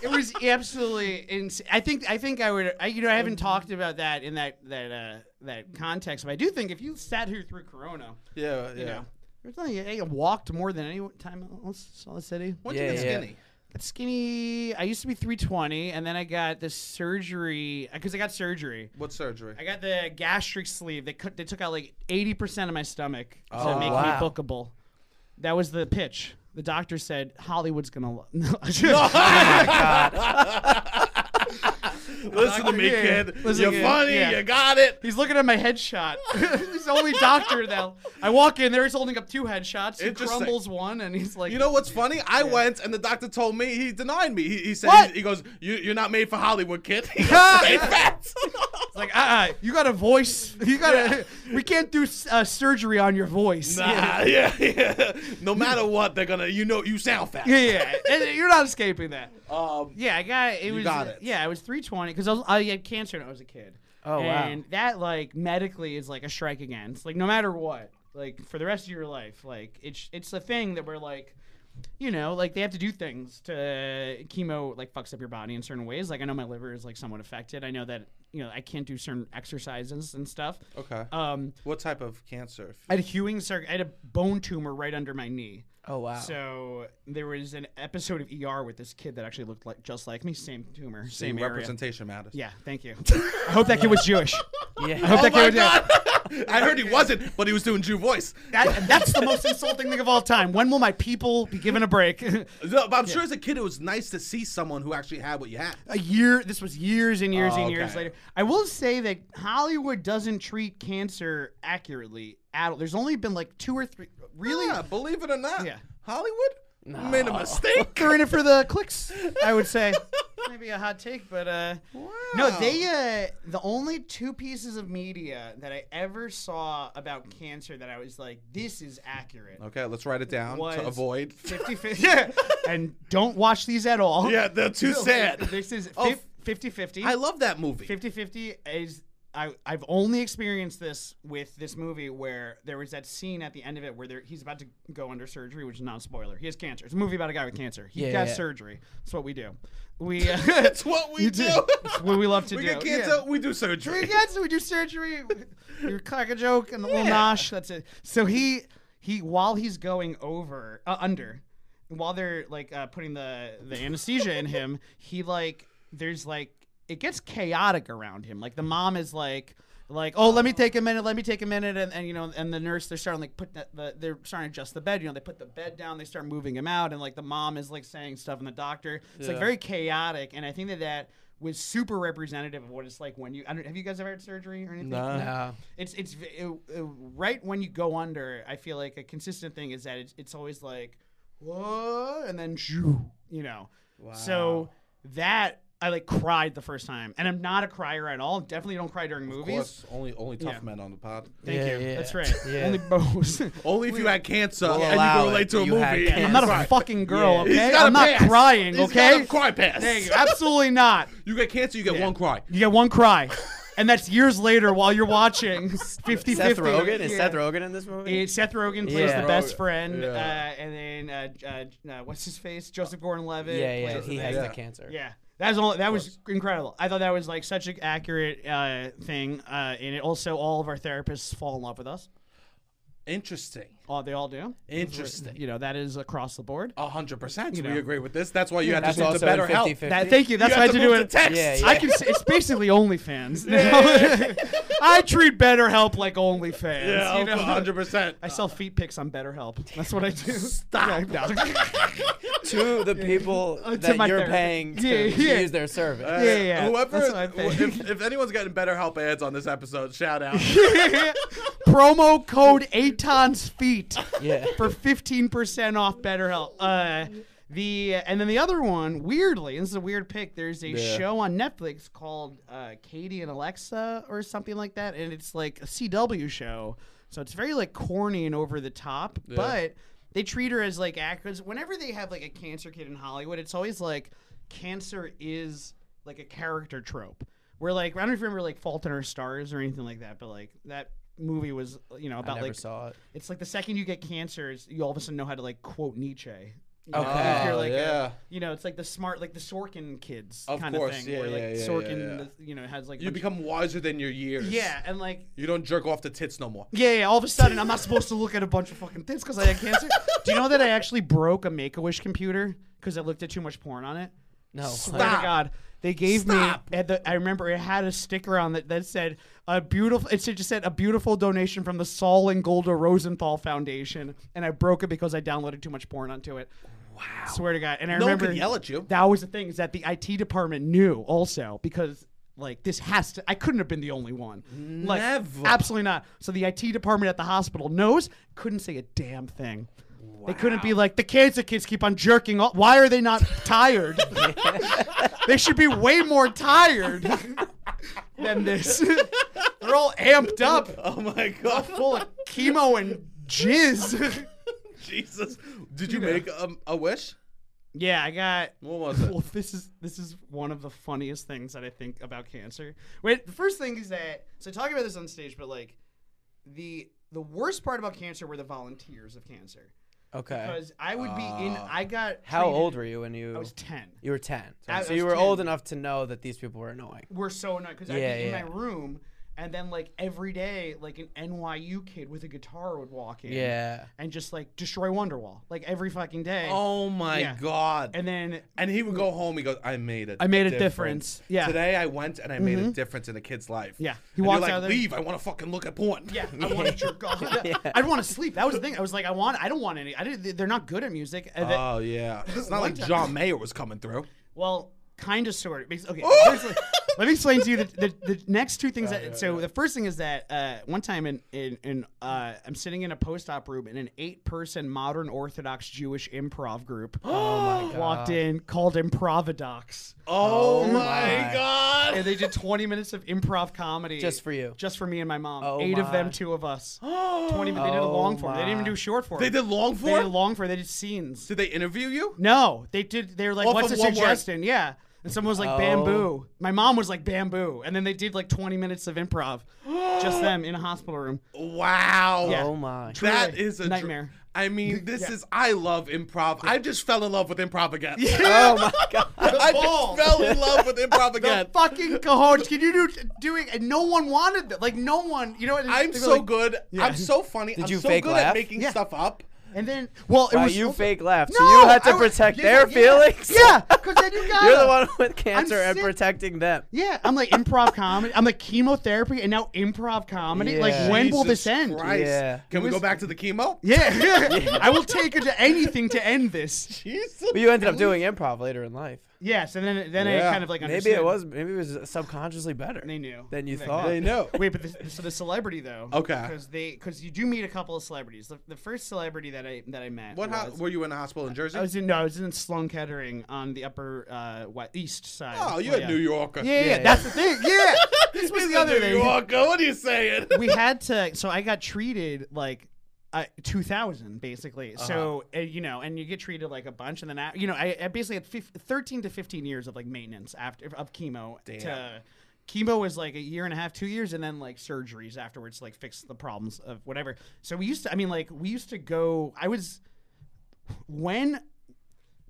it was absolutely insane. I think I think I would. I, you know, I haven't talked about that in that that uh, that context, but I do think if you sat here through Corona,
Yeah, yeah.
you know, There's nothing- I walked more than any time else saw the city.
When
Yeah,
you get
yeah.
skinny?
Got skinny. I used to be 320, and then I got this surgery because I got surgery.
What surgery?
I got the gastric sleeve. They cut. They took out like 80% of my stomach to
Oh,
make
wow.
me bookable. That was the pitch. The doctor said Hollywood's gonna. Lo-
Listen to me,
Yeah.
kid.
Listen
You're
to me.
funny.
Yeah.
You got it.
He's looking at my headshot. he's the only doctor now. I walk in there. He's holding up two headshots. He
Interesting.
crumbles one, and he's like,
You know what's funny? I went and the doctor told me he denied me. He, he said
What?
he goes, you, "You're not made for Hollywood, kid." He goes, "Stay fat."
It's like, uh, uh you got a voice. You got to We can't do uh, surgery on your voice.
nah, yeah, yeah. No matter what, they're gonna. You know, you sound fat.
Yeah, yeah. And You're not escaping that.
Um,
Yeah, I got it. was,
got it.
Yeah, I was 320 because I, was- I had cancer when I was a kid.
Oh, wow.
And that, like, medically is like a strike against. Like, no matter what, like, for the rest of your life, like, it's it's a thing that we're like, you know, like, they have to do things to chemo, like, fucks up your body in certain ways. Like, I know my liver is, like, somewhat affected. I know that, you know, I can't do certain exercises and stuff.
Okay.
Um,
what type of cancer?
I had a Hewing circ I had a bone tumor right under my knee.
Oh wow.
So there was an episode of ER with this kid that actually looked like just like me, same tumor, same,
Same
area.
representation matters.
Yeah, thank you. I hope that kid was Jewish.
yeah.
hope
Oh
that
my
kid was Jewish.
God. I heard he wasn't, but he was doing Jew voice.
That, that's the most insulting thing of all time. When will my people be given a break? a
No, but I'm sure as a kid it was nice to see someone who actually had what you had.
year. This was years and years
Oh,
and years
okay.
later. I will say that Hollywood doesn't treat cancer accurately at all. There's only been like two or three. Really?
Yeah, believe it or not.
Yeah.
Hollywood made a mistake.
They're in it for the clicks, I would say. Maybe a hot take, but uh, no,
Wow.
they uh, the only two pieces of media that I ever saw about cancer that I was like, this is accurate.
Okay, let's write it down
Was-
to avoid.
50 50. yeah. And don't watch these at all.
yeah, they're too sad.
This is
Oh,
fif-
f-
50 50.
I love that movie.
50 50 is. I, I've only experienced this with this movie where there was that scene at the end of it where there, he's about to go under surgery, which is non spoiler. He has cancer. It's a movie about a guy with cancer. He
Yeah,
got
yeah.
surgery. That's what we do. We uh,
That's what we
you
do.
It's what we love to
we
do.
get
Yeah.
cancer, we do surgery.
We get so we do surgery. You crack a joke and a little nosh. That's it. So he he while he's going over uh, under, while they're like uh, putting the the anesthesia in him, he like there's like it gets chaotic around him. Like the mom is like. Like oh let me take a minute let me take a minute and, and you know and the nurse they're starting like put the, the they're starting to adjust the bed you know they put the bed down they start moving him out and like the mom is like saying stuff and the doctor it's like
Yeah.
very chaotic and I think that that was super representative of what it's like when you. I don't, have you guys ever had surgery or anything?
Nah.
Nah.
It's it's v- it, it- right when you go under. I feel like a consistent thing is that it's, it's always like whoa, and then shoo, you know. So that I like cried the first time, and I'm not a crier at all. Definitely don't cry during
Of
movies.
course, only only tough
Yeah.
men on the pod.
Thank
Yeah,
you.
yeah.
That's right.
Yeah.
Only bows.
Only if you had cancer
We'll
and you
allow
can relate
it.
to a
You had
movie.
cancer.
I'm not
Right.
a fucking girl,
Yeah.
He's
okay?
got a
I'm not
pass.
crying,
He's
okay?
got a cry pass.
Thank you. Absolutely not.
You get cancer, you get one cry.
You get one cry. and that's years later while you're watching 50
Seth Rogen is Seth Rogen in this movie?
Seth Rogen plays
Yeah.
the best
Rogen,
friend,
yeah.
uh, and then uh, uh, uh, what's his face? Joseph Gordon-Levitt.
yeah, yeah.
plays
He
the-
has
Yeah.
the cancer.
yeah. That was all. That was incredible. I thought that was like such an accurate uh, thing, uh, and it also all of our therapists fall in love with us.
Interesting.
Oh, they all do.
Interesting.
You know that is across the board.
Oh,
A hundred percent.
You
We
know.
agree with this. That's why you had
That's
to move
also
to
in
better help.
50-50.
That, thank you. That's why I had to do it.
text.
Yeah, yeah.
I can. s- It's basically OnlyFans. I treat BetterHelp like OnlyFans.
Yeah,
you know?
hundred percent.
I sell feet pics on BetterHelp. That's what I do.
Stop.
Yeah, no.
To the people
Uh, to
that
my
you're
therapist.
paying to
Yeah, yeah.
use their service.
Uh,
Yeah, yeah.
Whoever,
That's what I think.
if, if anyone's getting better help ads on this episode, shout out.
Promo code Aton's feet
yeah.
for fifteen percent off BetterHelp. Uh, the and then the other one, weirdly, and this is a weird pick. There's a
Yeah.
show on Netflix called uh, Katie and Alexa or something like that, and it's like a CW show. So it's very like corny and over the top, but they treat her as like actors. Whenever they have like a cancer kid in Hollywood, it's always like cancer is like a character trope. Where like I don't know if you remember like Fault in Our Stars or anything like that, but like that movie was you know
I
about
never
like
saw it.
it's like the second you get cancer, it's, you all of a sudden know how to like quote Nietzsche You know,
Okay.
if you're like a-
Oh, yeah.
you know, it's like the smart, like the Sorkin kids
Of
kind
course,
of thing.
yeah,
where like
yeah, yeah, yeah,
Sorkin,
yeah.
the- you know, has like a
You
bunch-
become wiser than your years.
yeah, and like
You don't jerk off the tits no more.
yeah, yeah. All of a sudden, I'm not supposed to look at a bunch of fucking things because I had cancer. Do you know that I actually broke a Make a Wish computer because I looked at too much porn on it?
No.
Swear to
Stop.
oh God. They gave
Stop.
me. At the, I remember it had a sticker on that that said a beautiful. It said- just said a beautiful donation from the Saul and Golda Rosenthal Foundation, and I broke it because I downloaded too much porn onto it. Wow. Swear to God. And I
No one
remember
can yell at you.
That was the thing is that the IT department knew also because like this has to. I couldn't have been the only one. Like,
Never.
Absolutely not. So the IT department at the hospital knows. Couldn't say a damn thing. They couldn't be like the cancer kids keep on jerking. Off. Why are they not tired? They should be way more tired than this. They're all amped up,
Oh my god.
full of chemo and jizz.
Jesus. Did you make a, a wish?
yeah, I got.
What was it?
Well, this is this is one of the funniest things that I think about cancer. Wait, the first thing is that so talking about this on stage, but like the the worst part about cancer were the volunteers of cancer
Okay.
because I would be in.
Ah.
I got
How
treated-
old were you when you?
I was ten.
you were ten. So,
I
so
was
you were old
10.
enough to know that these people were annoying.
were so annoyed because
Yeah,
I'd be
yeah.
in my room, and then like every day, like an NYU kid with a guitar would walk in,
Yeah.
and just like destroy Wonderwall, like every fucking day.
Oh my
Yeah.
god.
And then
And he would go home. He goes, "I made a,
I made a difference. Yeah. Mm-hmm.
Today I went and I made a difference in a kid's life.
Yeah.
He
He
and walks
walks
like,
out of there-
Leave. I want to fucking look at porn.
yeah, I want to jerk off. I'd want to sleep. That was the thing. I was like, I want. I don't want any. I didn't. They're not good at music. Uh, And then-
Uh.
Oh yeah. It's not
One
like
time-
John Mayer was coming through.
Well, kind of, sort of. Because, okay,
Oh!
here's the- let me explain to you the, the, the next two things. that, so the first thing is that uh, one time in in, in uh, I'm sitting in a post-op room and an eight-person modern Orthodox Jewish improv group
Oh
walked in, called Improvidox,
Oh, my,
my.
god.
and they did 20 minutes of improv comedy
Just for you.
just for me and my mom.
Oh
Eight of them,
my.
two of us. 20, but they did a
Oh
long form. They didn't even
my.
do short form.
they did long
They did
form.
long form. They did scenes.
did they interview you?
No, they did. They were like,
Off
"What's
of
a
one word.
suggestion?" Yeah, and someone was like, "Bamboo." My mom was like, "Bamboo," and then they did like 20 minutes of improv, just them in a hospital room.
Wow.
Yeah.
Oh my.
That
Truly.
is a dr-
Nightmare.
I mean, this is. I love improv. I just fell in love with improv again.
Oh my god.
I
balls.
just fell in love with improv
The
again.
fucking cojones! Can you do doing? And no one wanted that. Like no one. You know what?
I'm
they were
so
like-
good. I'm so funny. I'm
you
so
fake
good at
laugh?
making
Yeah.
stuff up.
And then, well, it
Wow,
was
you
also-
fake left. so
No,
you had to
I was-
protect
yeah,
their
yeah.
feelings.
Yeah, because then you got.
You're the one with cancer and
sick.
protecting them.
Yeah, I'm like improv comedy. I'm like chemotherapy, and now improv comedy.
Yeah.
Like when will
Jesus
this end?
Christ.
Yeah.
Can we go back to the chemo?
Yeah, I will take it to anything to end this.
Jesus.
But you ended up doing improv later in life.
Yes, and then then
Yeah.
I kind of like
Maybe it
understood.
was maybe it was subconsciously better.
They knew.
Than you
They-
thought.
They know.
Wait, but the, so the celebrity though.
Okay.
Because they because you do meet a couple of celebrities. The, the first celebrity that I that I met.
What? How,
was,
were you in the hospital in Jersey?
I was in no, I was in Sloan Kettering on the upper uh, west, east side.
oh, you're
yeah.
a New Yorker.
Yeah, yeah,
Yeah,
that's the thing. Yeah, this was
He's
the
a
other
New
thing.
Yorker. What are you saying?
we had to so i got treated like uh, 2000 basically so uh, you know and you get treated like a bunch and then I, you know i, I basically had fif- 13 to 15 years of like maintenance after of chemo to chemo was like a year and a half two years and then like surgeries afterwards to, like fix the problems of whatever so we used to i mean like we used to go i was when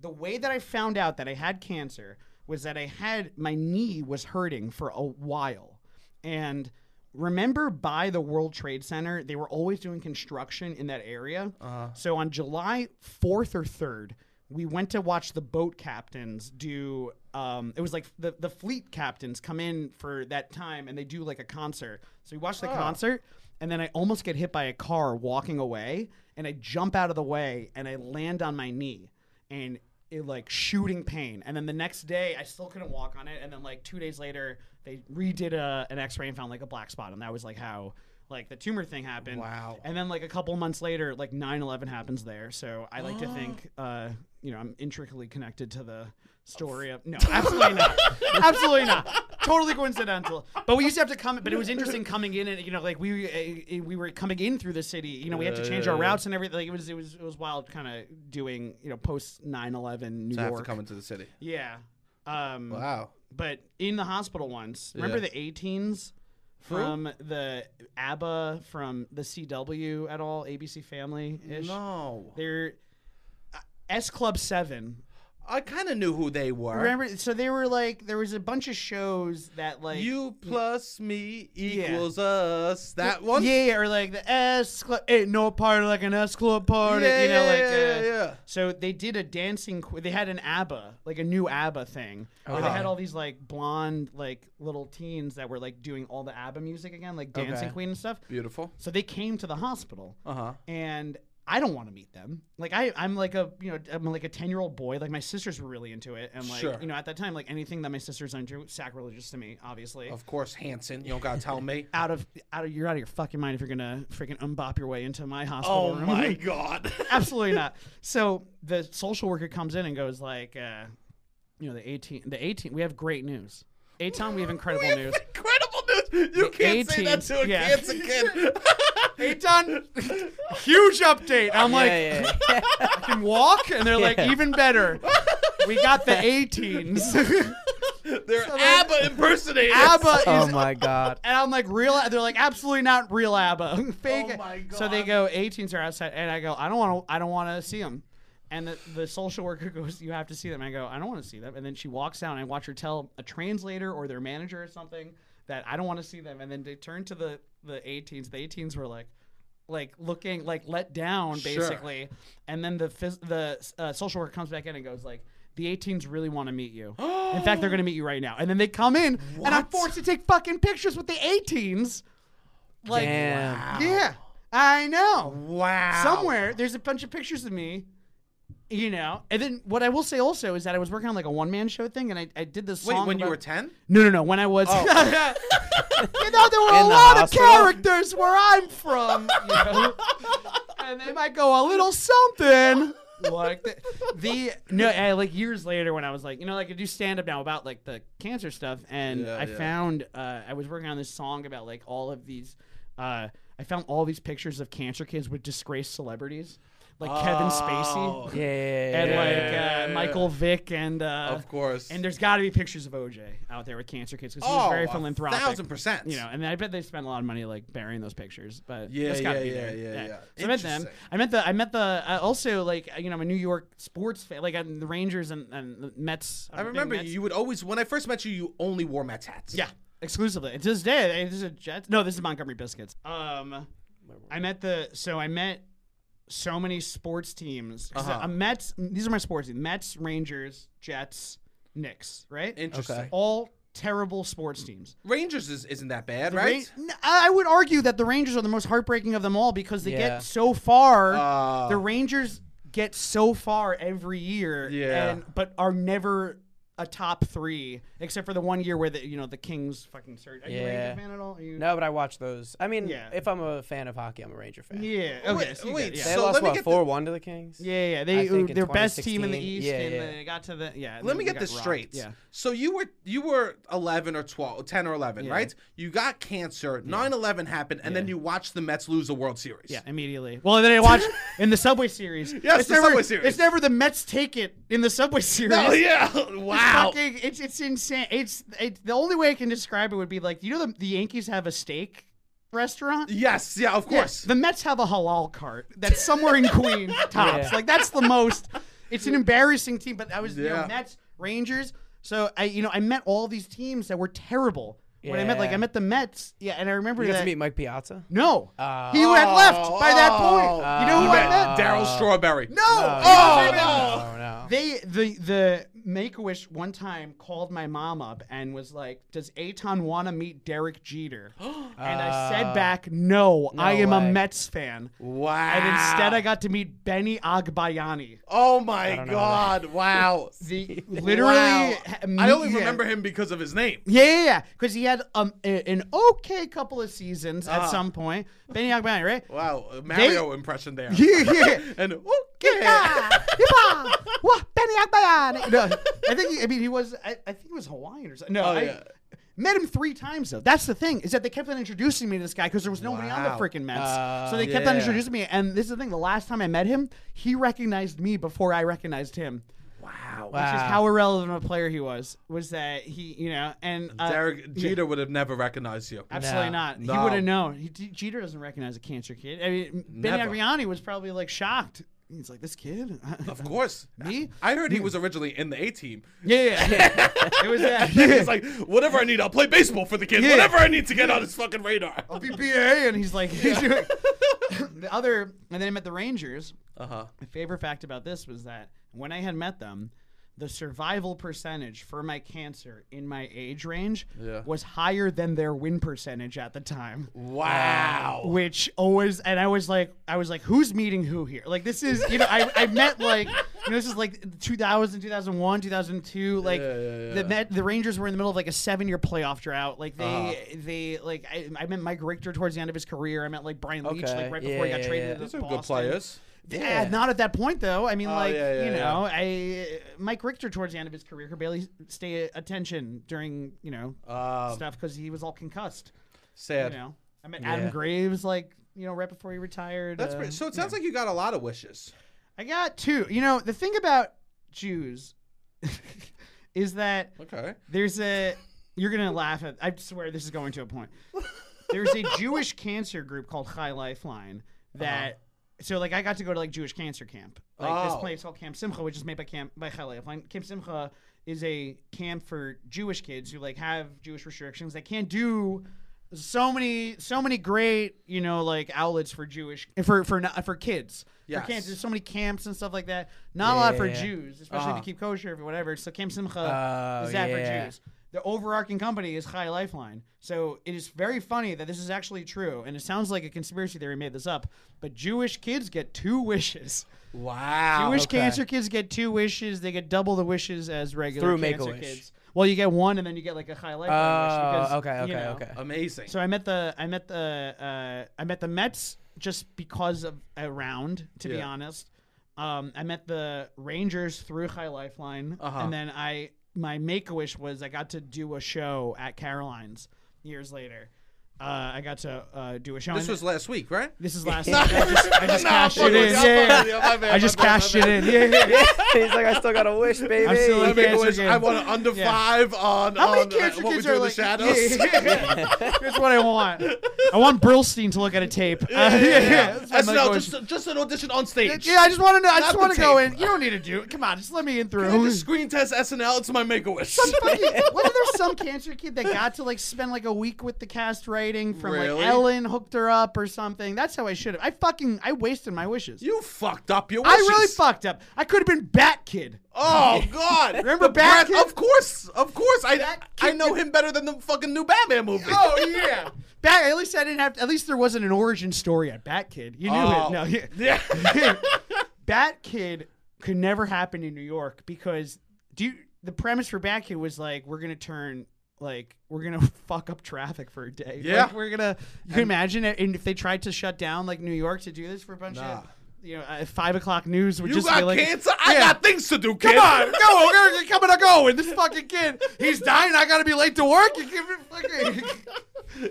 the way that I found out that I had cancer was that I had my knee was hurting for a while. And remember by the World Trade Center, they were always doing construction in that area. So on July 4th or 3rd, we went to watch the boat captains do um, it was like the, the fleet captains come in for that time and they do like a concert. So we watched the concert and then I almost get hit by a car walking away and I jump out of the way and I land on my knee and it like shooting pain. And then the next day, I still couldn't walk on it. And then like two days later, they redid a, an X-ray and found like a black spot, and that was like how like the tumor thing happened.
Wow.
And then like a couple months later, like 9/11 happens there. So I like to think, uh, you know, I'm intricately connected to the story of no, absolutely not, absolutely not. Totally coincidental, but we used to have to come. But it was interesting coming in, and you know, like we uh, we were coming in through the city. You know, we had to change our routes and everything. Like, it was it was it was wild, kind of doing you know post 9-11 New
I have to
York.
come into the city.
Yeah. Um,
Wow.
But in the hospital once, remember
Yeah.
the A-teens from the ABBA from the CW at all, ABC Family ish.
No.
They're I- uh, S Club Seven.
I kind of knew who they were.
Remember? So they were like, there was a bunch of shows that like
you plus me equals us. That one.
Yeah, yeah, or like the S Club. Ain't no party like an S Club party.
yeah,
you know,
yeah,
like
yeah,
uh,
yeah, yeah.
So they did a dancing. Qu- they had an ABBA, like a new ABBA thing. Where they
Okay.
had
Uh-huh.
all these like blonde, like little teens that were like doing all the ABBA music again, like Dancing
Okay.
Queen and stuff.
Beautiful.
So they came to the hospital,
Uh huh.
and I don't want to meet them. Like I, I'm like a you know I'm like a ten year old boy. Like my sisters were really into it, and like
Sure.
you know at that time like anything that my sisters into sacrilegious to me, obviously.
Of course, Hanson. You don't gotta tell me.
out of out of you're out of your fucking mind if you're gonna freaking umbop your way into my hospital
oh
room.
my god.
absolutely not. So the social worker comes in and goes like, uh, you know, the eighteen, the eighteen. We have great news. Aton, we have incredible
We have
news.
Incredible news. You can't say that
18th,
to a
yeah.
cancer kid.
Aton, huge update. I'm like,
yeah, yeah.
I can walk, and they're like,
Yeah.
even better. We got the 18s.
They're
So then-
ABBA impersonators.
ABBA is
oh my god.
And I'm like, real? They're like, absolutely not real ABBA. Fake.
Oh my
So they
God.
go, 18s are outside, and I go, I don't want to. I don't want to see them. And the, the social worker goes, you have to see them. I go, I don't want to see them. And then she walks out, and I watch her tell a translator or their manager or something that I don't want to see them. And then they turn to the the 18s. The 18s were like. Like looking like let down
Sure.
basically, and then the phys- the uh, social worker comes back in and goes like, the 18s really want to meet you. in fact, they're going to meet you right now. And then they come in, and I'm
What?
forced to take fucking pictures with the 18s. Like,
Damn.
yeah, I know.
Wow.
Somewhere there's a bunch of pictures of me, you know. And then what I will say also is that I was working on like a one man show thing, and I, I did this
Wait,
song.
when you
about-
were ten?
No, no, no. When I was, you know, there were a
In the
lot
hospital?
of characters where I'm from, you know? and they might go a little something. Like the, the no, I, like years later when I was like, you know, like I do stand up now about like the cancer stuff, and
Yeah,
I
yeah.
found uh, I was working on this song about like all of these. Uh, I found all these pictures of cancer kids with disgraced celebrities, like Kevin
Oh.
Spacey
Yeah, yeah, yeah,
and
yeah.
like uh,
yeah, yeah.
Michael Vick and uh,
Of course.
and there's got to be pictures of OJ out there with cancer kids because he was
oh,
very
a
philanthropic.
Thousand percent.
You know, and I bet they spent a lot of money like burying those pictures. But
Yeah,
that's gotta
yeah,
be
yeah,
there.
yeah, yeah.
So I met them.
Interesting.
I met the. I met the. Uh, also, like you know, I'm a New York sports fan. Like I'm the Rangers and, and the Mets. I'm
I
a big
remember
Mets-
you would always when I first met you, you only wore Mets hats.
Yeah, exclusively. And to this day, this is a Jets. No, this is Montgomery Biscuits. Um, I met the. So I met so many sports teams. 'Cause
Uh-huh.
I- Mets. These are my sports teams: Mets, Rangers, Jets, Knicks. Right.
Interesting.
Okay.
All terrible sports teams.
Rangers is, isn't that bad,
The
right?
Ra- N- I would argue that the Rangers are the most heartbreaking of them all because they
Yeah.
get so far.
Uh,
the Rangers get so far every year,
Yeah.
and but are never a top three except for the one year where the you know the Kings fucking surge. Are you a
Yeah.
Ranger fan at all? Are you-
No, but I watch those. I mean,
Yeah.
if I'm a fan of hockey, I'm a Ranger fan.
Yeah.
Oh,
Okay.
wait-
so you
wait,
got- yeah.
They
So let
lost
me
what
get the-
four one to the Kings.
yeah, yeah.
I
They
think in
their best team in the
2016
East,
yeah,
and
yeah.
they got to the yeah. and
Let
then
me
they
get
got
this
rocked.
straight.
Yeah.
So you were you were 11 or 12, 10 or 11,
Yeah.
right? You got cancer. 9/11 happened, and then you watched the Mets lose the World Series.
Yeah, immediately. Well, then I watched in the Subway Series.
Yes,
it's
the
never,
Subway Series.
It's never the Mets take it in the Subway Series.
Oh yeah! Wow.
Fucking, it's it's insane. It's it, the only way I can describe it would be like you know the, the Yankees have a steak restaurant.
Yes. Yeah. Of course.
Yeah, the Mets have a halal cart that's somewhere in Queens tops.
Yeah.
Like that's the most. It's an embarrassing team, but I was you
Yeah.
know Mets Rangers. So I you know I met all these teams that were terrible when I met like I
Yeah.
met the Mets. Yeah, and I remember
You got
that.
to meet Mike Piazza.
no,
Oh.
he had left by
Oh.
that point. you know who
you
I
met
met?
Daryl Strawberry.
No.
Oh,
you know who I met?
no.
Oh no.
They the the Make a Wish one time called my mom up and was like, "Does Aton want to meet Derek Jeter?" and I said
Uh,
back, "No, I am a
way.
Mets fan."
Wow.
And instead, I got to meet Benny Agbayani.
Oh my
don't know
God! Wow.
The literally,
Wow.
ha-
I only
yeah.
remember him because of his name.
Yeah, yeah, yeah, because he had um a- an okay couple of seasons
Uh-huh.
at some point. Benny Agbayani, right?
Wow, a Mario impression there.
Yeah, yeah.
and okay.
Yeah. Yeehaw! Wah, Benny Agbayani. No, I think he, I mean he was I, I think he was Hawaiian or something. No,
Oh,
I
yeah.
met him three times though. That's the thing is that they kept on introducing me to this guy because there was nobody on the
Wow.
freaking Mets,
Uh,
so they kept on
yeah.
introducing me. And this is the thing: the last time I met him, he recognized me before I recognized him,
Wow.
which is
Wow.
how irrelevant a player he was. Was that he, you know, and uh,
Derek Jeter would have never recognized you.
Absolutely
No.
not. He
No.
would have known. He, Jeter doesn't recognize a cancer kid. I mean, Benny
Never.
Agriani was probably like shocked He's like, this kid?
Of course.
Me?
I heard he was originally in the A team.
yeah, yeah, yeah. it was that.
He's like, whatever I need, I'll play baseball for the kid.
Yeah.
Whatever I need to get on his fucking radar.
I'll be BA, and he's like, the other, and then I met the Rangers.
Uh huh.
My favorite fact about this was that when I had met them, the survival percentage for my cancer in my age range
Yeah.
was higher than their win percentage at the time.
Wow.
Which always and I was like I was like who's meeting who here? Like this is you know I, I met like you know this is like 2000 2001 2002 like
Yeah, yeah, yeah.
the Met, the Rangers were in the middle of like a 7 year playoff drought. Like they
Uh-huh.
they like I, I met Mike Richter towards the end of his career. I met like Brian Leach
Okay,
like right before he
yeah,
got
yeah,
traded
yeah.
to
These are
Boston.
good players.
Yeah,
Yeah.
not at that point though. I mean,
Oh,
like
yeah, yeah,
you
yeah.
know, I Mike Richter towards the end of his career could barely stay attention during you know
Um,
stuff because he was all concussed.
sad.
You know, I mean
Yeah.
Adam Graves like you know right before he retired.
That's
uh,
pretty, so. It sounds like you got a lot of wishes.
I got two. You know, the thing about Jews is that
Okay.
there's a you're gonna laugh at. I swear this is going to a point. There's a Jewish cancer group called High Lifeline that. So like I got to go to like Jewish cancer camp, like this
Uh-huh. Oh.
place called Camp Simcha, which is made by Camp by High Lifeline. Camp Simcha is a camp for Jewish kids who like have Jewish restrictions. They can't do so many so many great you know like outlets for Jewish for for not- for kids. Yeah,
Yes.
For camps, there's so many camps and stuff like that. Not a lot
Yeah,
for
yeah.
Jews, especially if
Uh-huh.
you keep kosher or whatever. So Camp Simcha
Oh,
is that for
yeah.
Jews. The overarching company is High Lifeline. So it is very funny that this is actually true, and it sounds like a conspiracy theory made this up. But Jewish kids get two wishes.
Wow.
Jewish
Ah, okay.
cancer kids get two wishes. They get double the wishes as regular
Through
cancer
Make-A-Wish.
kids. Well, you get one, and then you get like a High Lifeline wish. Because,
Oh, okay,
you
okay,
know.
okay.
Amazing.
So I met the I met the uh, I met the Mets just because of a round, to be
Yeah.
honest. Um, I met the Rangers through High Lifeline,
Uh-huh.
and then I my make a wish was I got to do a show at Caroline's years later. Uh, I got to uh, do a show.
this
and
was last week, right?
this is last. I just, I just
Nah,
cashed
fuck
it
with
in.
you.
Yeah,
I'm fucking
yeah,
with you.
yeah.
My bad,
I just
my bad, my
cashed it
bad.
in. Yeah, yeah, yeah.
He's like, I still got a wish, baby.
still
Let me
Cancer
wish. I
kids.
want an under
Yeah.
five on.
How many
on, uh,
cancer
what
kids
we do
are
in
like?
the shadows?
Yeah, yeah, yeah. Here's what I want. I want Brillstein to look at a tape. Uh, yeah, yeah. That's my
As no,
goal.
just just an audition on stage.
Yeah, I just want to know. I just
the
want to go
tape.
in. You don't need to do. Come on, just let me in
Can I
through.
just screen test SNL. It's my make a wish.
Fucking- Wasn't there some cancer kid that got to like spend like a week with the cast writing from
Really?
like Ellen hooked her up or something? That's how I should have. I fucking I wasted my wishes.
You fucked up your
I
wishes.
really fucked up. I could have been Bat Kid.
Oh God!
Remember
The
Bat Kid?
Of course, of course. I
Bat
I
Kid- Oh,
know him better than the fucking new Batman movie.
yeah. Bat. At least I didn't have. To, at least there wasn't an origin story at Bat Kid. You knew
Oh.
it. No. Yeah.
yeah.
Bat Kid could never happen in New York because do you, the premise for Bat Kid was like we're gonna turn like we're gonna fuck up traffic for a day.
Yeah.
Like, we're gonna. You can imagine it, and if they tried to shut down like New York to do this for a bunch
Nah.
of you know uh, five o'clock news would
You
just be
got
like
cancer. I
Yeah.
got things to do. Kid.
Come on, go, go, go, coming, and go. And this fucking kid, he's dying. I gotta be late to work. You give me fucking.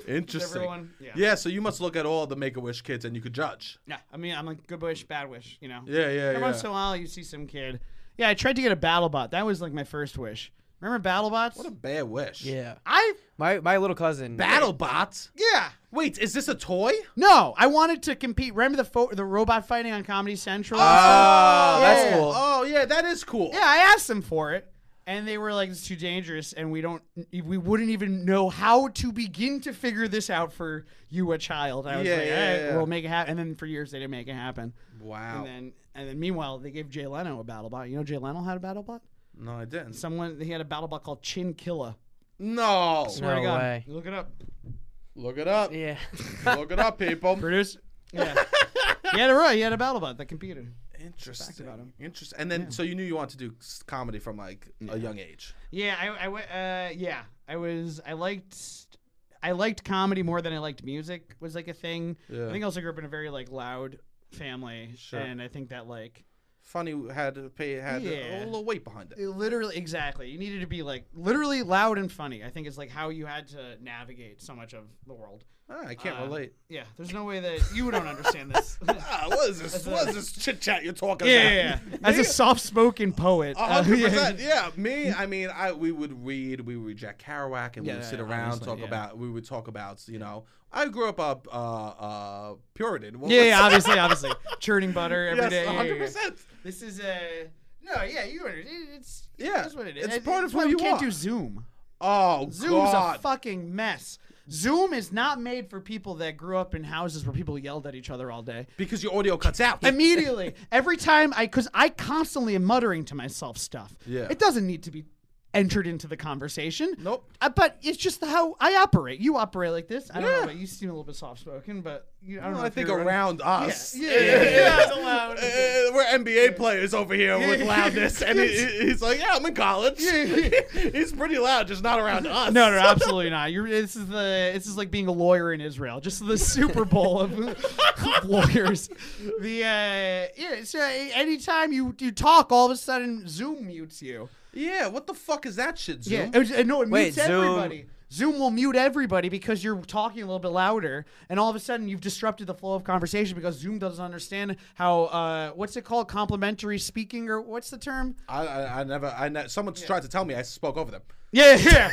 Interesting.
Everyone, yeah.
yeah. So you must look at all the Make a Wish kids and you could judge.
Yeah, I mean, I'm like good wish, bad wish. You know.
Yeah, yeah,
Every
yeah.
once in a while, you see some kid. Yeah, I tried to get a BattleBot. That was like my first wish. Remember BattleBots?
What a bad wish.
Yeah.
I
My my little cousin.
BattleBots.
yeah.
Wait, is this a toy?
No, I wanted to compete. Remember the fo- the robot fighting on Comedy Central? and
Oh,
stuff?
that's
Yeah.
cool.
Oh yeah, that is cool.
Yeah, I asked them for it, and they were like, "It's too dangerous, and we don't, we wouldn't even know how to begin to figure this out for you, a child." I was
Yeah,
like,
yeah,
"All right,
yeah.
we'll make it happen." And then for years they didn't make it happen.
Wow.
And then, and then meanwhile, they gave Jay Leno a BattleBot. You know, Jay Leno had a BattleBot.
no, I didn't.
Someone he had a BattleBot called Chin Killa.
No.
Swear to
No
God,
way.
look it up.
Look it up.
Yeah.
Look it up, people.
Produce. Yeah. he had a right. He had a BattleBot that competed.
Interesting.
about him.
Interesting. And then, so you knew you wanted to do s- comedy from like a young age.
Yeah, I, I went. Uh, yeah, I was. I liked. I liked comedy more than I liked music. Was like a thing.
Yeah.
I think I also grew up in a very like loud family,
Sure.
and I think that like
Funny had to pay had a
Yeah.
little weight behind it.
it literally exactly you needed to be like literally loud and funny. I think is like how you had to navigate so much of the world.
Ah, I can't
Uh,
relate.
Yeah, there's no way that you don't understand this.
Ah, what is this? What is this chit chat you're talking about?
yeah, yeah. As a soft-spoken poet,
A
uh,
hundred
yeah.
percent. Yeah, me. I mean, I we would read, we would read Jack Kerouac, and
Yeah,
we would sit
yeah,
around
obviously,
talk
yeah.
about. We would talk about. You know, I grew up up uh, uh, Puritan. What
Yeah,
was-
yeah, obviously, obviously, churning butter every
yes,
day.
a
yeah,
hundred
yeah, yeah.
percent.
This is a no, yeah, you understand. It's
Yeah,
that's what it is.
it's
That's
part of
why
who
we
you
can't
are.
do Zoom.
Oh
Zoom's a
God.
fucking mess. Zoom is not made for people that grew up in houses where people yelled at each other all day.
because your audio cuts out.
Immediately, every time I, because I constantly am muttering to myself stuff.
Yeah.
it doesn't need to be entered into the conversation.
Nope.
Uh, but it's just how I operate. You operate like this. I don't know,
Yeah.
but you seem a little bit soft spoken. But you, I don't
Well,
know.
I
if
think
you're-
around us.
Yeah, yeah, yeah.
Uh,
it's allowed.
we're NBA players over here with
Yeah.
loudness, and he- he- he's like, "Yeah, I'm in college.
Yeah, yeah.
he's pretty loud, just not around us."
No, no, absolutely not. You're, this is the this is like being a lawyer in Israel. Just the Super Bowl of lawyers. The uh, yeah. So anytime you you talk, all of a sudden Zoom mutes you.
Yeah, what the fuck is that shit, Zoom?
Yeah, it- it- no, it
Wait,
mutes
Zoom-
everybody. Zoom will mute everybody because you're talking a little bit louder, and all of a sudden you've disrupted the flow of conversation because Zoom doesn't understand how uh, what's it called complimentary speaking or what's the term?
I, I, I never. I ne- someone tried to tell me I spoke over them.
Yeah, yeah. yeah.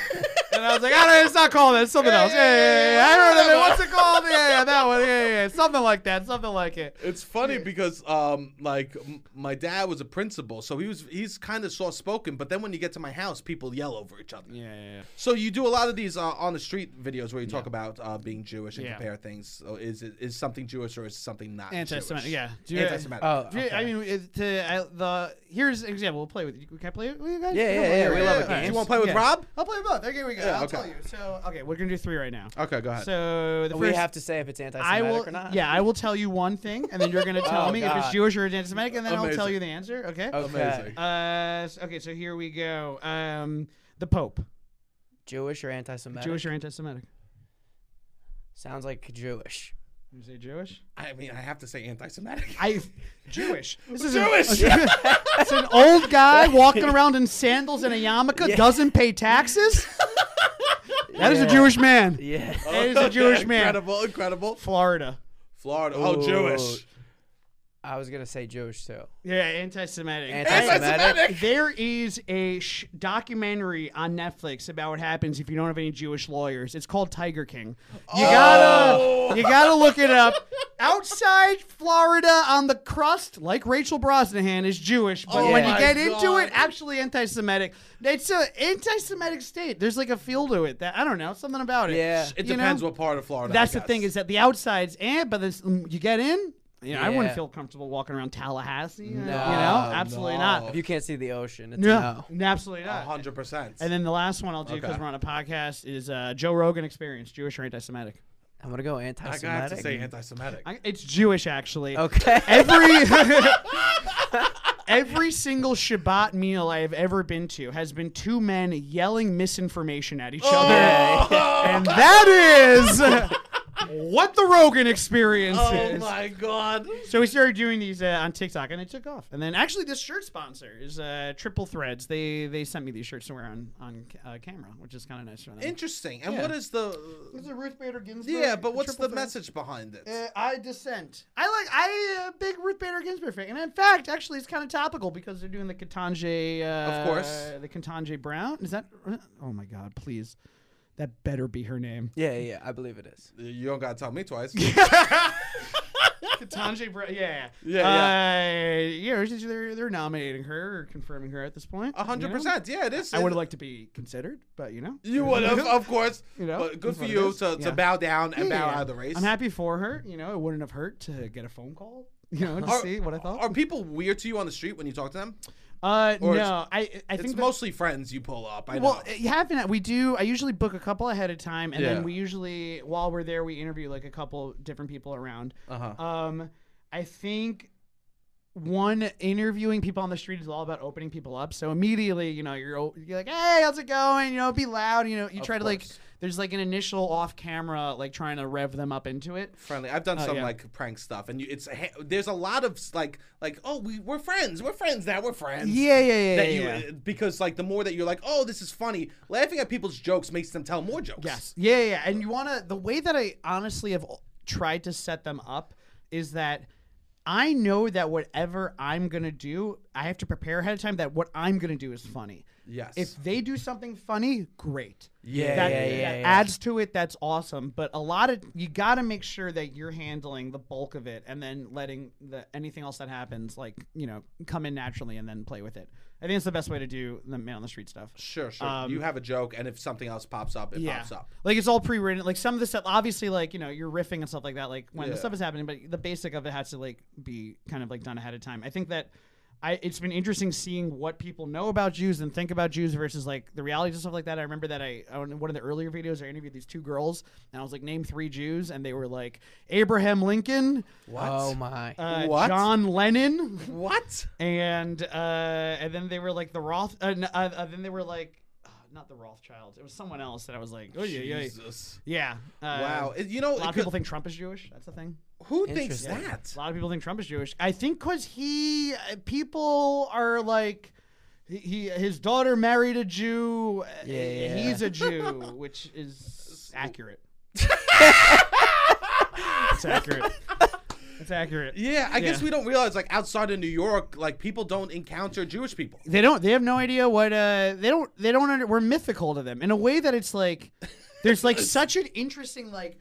and I was like, I don't, it's not called that. It's something else. Yeah, yeah, yeah. yeah. I don't know. What's it called? Yeah, yeah, that one. Yeah, yeah, yeah. Something like that. Something like it.
It's funny because um like m- my dad was a principal, so he was he's kind of soft spoken, but then when you get to my house, people yell over each other.
Yeah, yeah, yeah.
So you do a lot of these uh, on the street videos where you talk about uh, being Jewish and
Yeah.
compare things. So is it is something Jewish or is something not
Anti-Semitic.
Jewish?
Yeah.
Anti-Semitic.
Oh,
Do you- I mean, it, to, I, the here's an example. We'll play with you. Can I play it with you guys?
Yeah, yeah,
I'll play
yeah,
it
we love
with
a
you. All right.
game.
you want to play with
Yeah.
Rob?
I'll play both. Okay, we go.
Yeah,
I'll
okay.
tell you. So, okay, we're gonna do three right now.
Okay, go ahead.
So the
we
first,
have to say if it's
I
anti-Semitic
will.
or not.
Yeah, I will tell you one thing, and then you're gonna tell
Oh,
me if it's
God.
Jewish or anti-Semitic, and then I'll tell
Amazing.
you the answer. Okay.
Okay.
Amazing.
Uh, s- okay, so here we go. Um, the Pope,
Jewish or anti-Semitic?
Jewish or anti-Semitic?
Sounds like Jewish.
You say Jewish?
I mean, I have to say anti-Semitic.
I Jewish. This is
Jewish.
An, it's an old guy walking around in sandals and a yarmulke doesn't pay taxes. That is
Yeah.
a Jewish man.
Yeah.
That is a Jewish man.
Incredible, incredible.
Florida.
Florida. Oh, Jewish.
I was gonna say Jewish too.
Yeah, anti-Semitic.
Anti-Semitic.
There is a sh- documentary on Netflix about what happens if you don't have any Jewish lawyers. It's called Tiger King. You
Oh.
gotta, you gotta look it up. Outside Florida, on the crust, like Rachel Brosnahan is Jewish, but
Oh
when
my
you get into
God.
it, actually anti-Semitic. It's a anti-Semitic state. There's like a feel to it that I don't know something about it.
Yeah.
It
You know?
depends what part of Florida.
That's
I
the
guess.
thing is that the outsides and but this, mm, you get in. You know, I wouldn't
Yeah.
feel comfortable walking around Tallahassee. No, you
No,
know, absolutely
no.
not.
If you can't see the ocean, it's
No,
no.
absolutely
A
not.
hundred percent.
And then the last one I'll do because
Okay.
we're on a podcast is uh, Joe Rogan Experience, Jewish or anti-Semitic?
I'm gonna go
I gotta have to say
anti-Semitic.
anti-Semitic.
I, it's Jewish actually.
Okay.
Every every single Shabbat meal I have ever been to has been two men yelling misinformation at each other,
Oh.
and that is what the Rogan Experience
Oh
is.
my god.
So we started doing these uh, on TikTok, and it took off. And then actually, this shirt sponsor is uh, Triple Threads. They they sent me these shirts to wear on on uh, camera, which is kind of nice for them.
Interesting. And
Yeah.
what is the
Is it Ruth Bader Ginsburg?
Yeah, but what's
Triple
the
Threads?
message behind it?
Uh, I dissent. I like I uh, big Ruth Bader Ginsburg fan, and in fact, actually, it's kind of topical because they're doing the Katanje. Uh,
Of course.
the Katanje Brown. Is that? Oh my God! Please, that better be her name.
Yeah, yeah, I believe it is.
you don't gotta tell me twice.
Katanje Brown. Yeah.
Yeah,
Yeah. Uh, yeah. it's just They're they're nominating her or confirming her at this point.
A hundred
you know?
percent. Yeah, it is.
I would have liked to be considered, but you know.
You would have, of course.
You know,
but good
that's
for
what it
you
is.
to,
Yeah.
to bow down and bow
Yeah.
out of the race.
I'm happy for her. You know, it wouldn't have hurt to get a phone call. You know, to
Are-
see what I thought.
Are people weird to you on the street when you talk to them?
Uh,
Or it's-
no, I I
It's
think the-
mostly friends you pull up. I
well,
know.
it happened. We do. I usually book a couple ahead of time, and
Yeah.
then we usually, while we're
Uh-huh.
there, we interview like a couple different people around.
Uh huh.
Um, I Um, think one interviewing people on the street is all about opening people up. So immediately, you know, you're o- you're like, hey, how's it going? You know, be loud. You know, you
Of
try to like.
course.
There's like an initial off camera, like trying to rev them up into it.
friendly. I've done
Oh,
some
yeah.
like prank stuff, and you, it's a ha- there's a lot of s- like like oh we we're friends, we're friends now, we're friends.
Yeah, yeah, yeah,
That
yeah,
you, uh,
yeah.
because like the more that you're like oh this is funny, laughing at people's jokes makes them tell more jokes.
Yes. Yeah, yeah, yeah. And you want to the way that I honestly have al- tried to set them up is that I know that whatever I'm going to do, I have to prepare ahead of time that what I'm going to do is funny.
Yes.
If they do something funny, great.
Yeah,
that,
yeah, yeah,
that
yeah.
adds to it. That's awesome. But a lot of you got to make sure that you're handling the bulk of it, and then letting the anything else that happens, like you know, come in naturally, and then play with it. I think it's the best way to do the man on the street stuff.
Sure, sure.
Um,
you have a joke, and if something else pops up, it pops up.
Like it's all pre-written. Like some of the stuff, obviously, like you know, you're riffing and stuff like that. Like when
Yeah.
the stuff is happening, but the basic of it has to like be kind of like done ahead of time. I think that I it's been interesting seeing what people know about Jews and think about Jews versus like the realities and stuff like that. I remember that I on one of the earlier videos I interviewed these two girls and I was like, name three Jews, and they were like Abraham Lincoln,
What?
Oh my.
uh,
What?
John Lennon,
what?
and uh, and then they were like the Roth. Uh, n- uh, uh, then they were like. uh, Not the Rothschilds. It was someone else that I was like, oh yeah, yeah,
Jesus.
yeah. Uh,
wow. It- You know,
A lot
it
of
could-
people think Trump is Jewish. That's the thing.
who thinks
Interesting.
that?
A lot of people think Trump is Jewish. I think because he, uh, people are like, he- he his daughter married a Jew. uh,
Yeah.
He's a Jew, which is accurate. it's accurate. It's accurate.
Yeah, I guess
Yeah.
we don't realize like outside of New York, like people don't encounter Jewish people.
They don't. They have no idea what. Uh, they don't. They don't. Under, we're mythical to them in a way that it's like, there's like such an interesting like.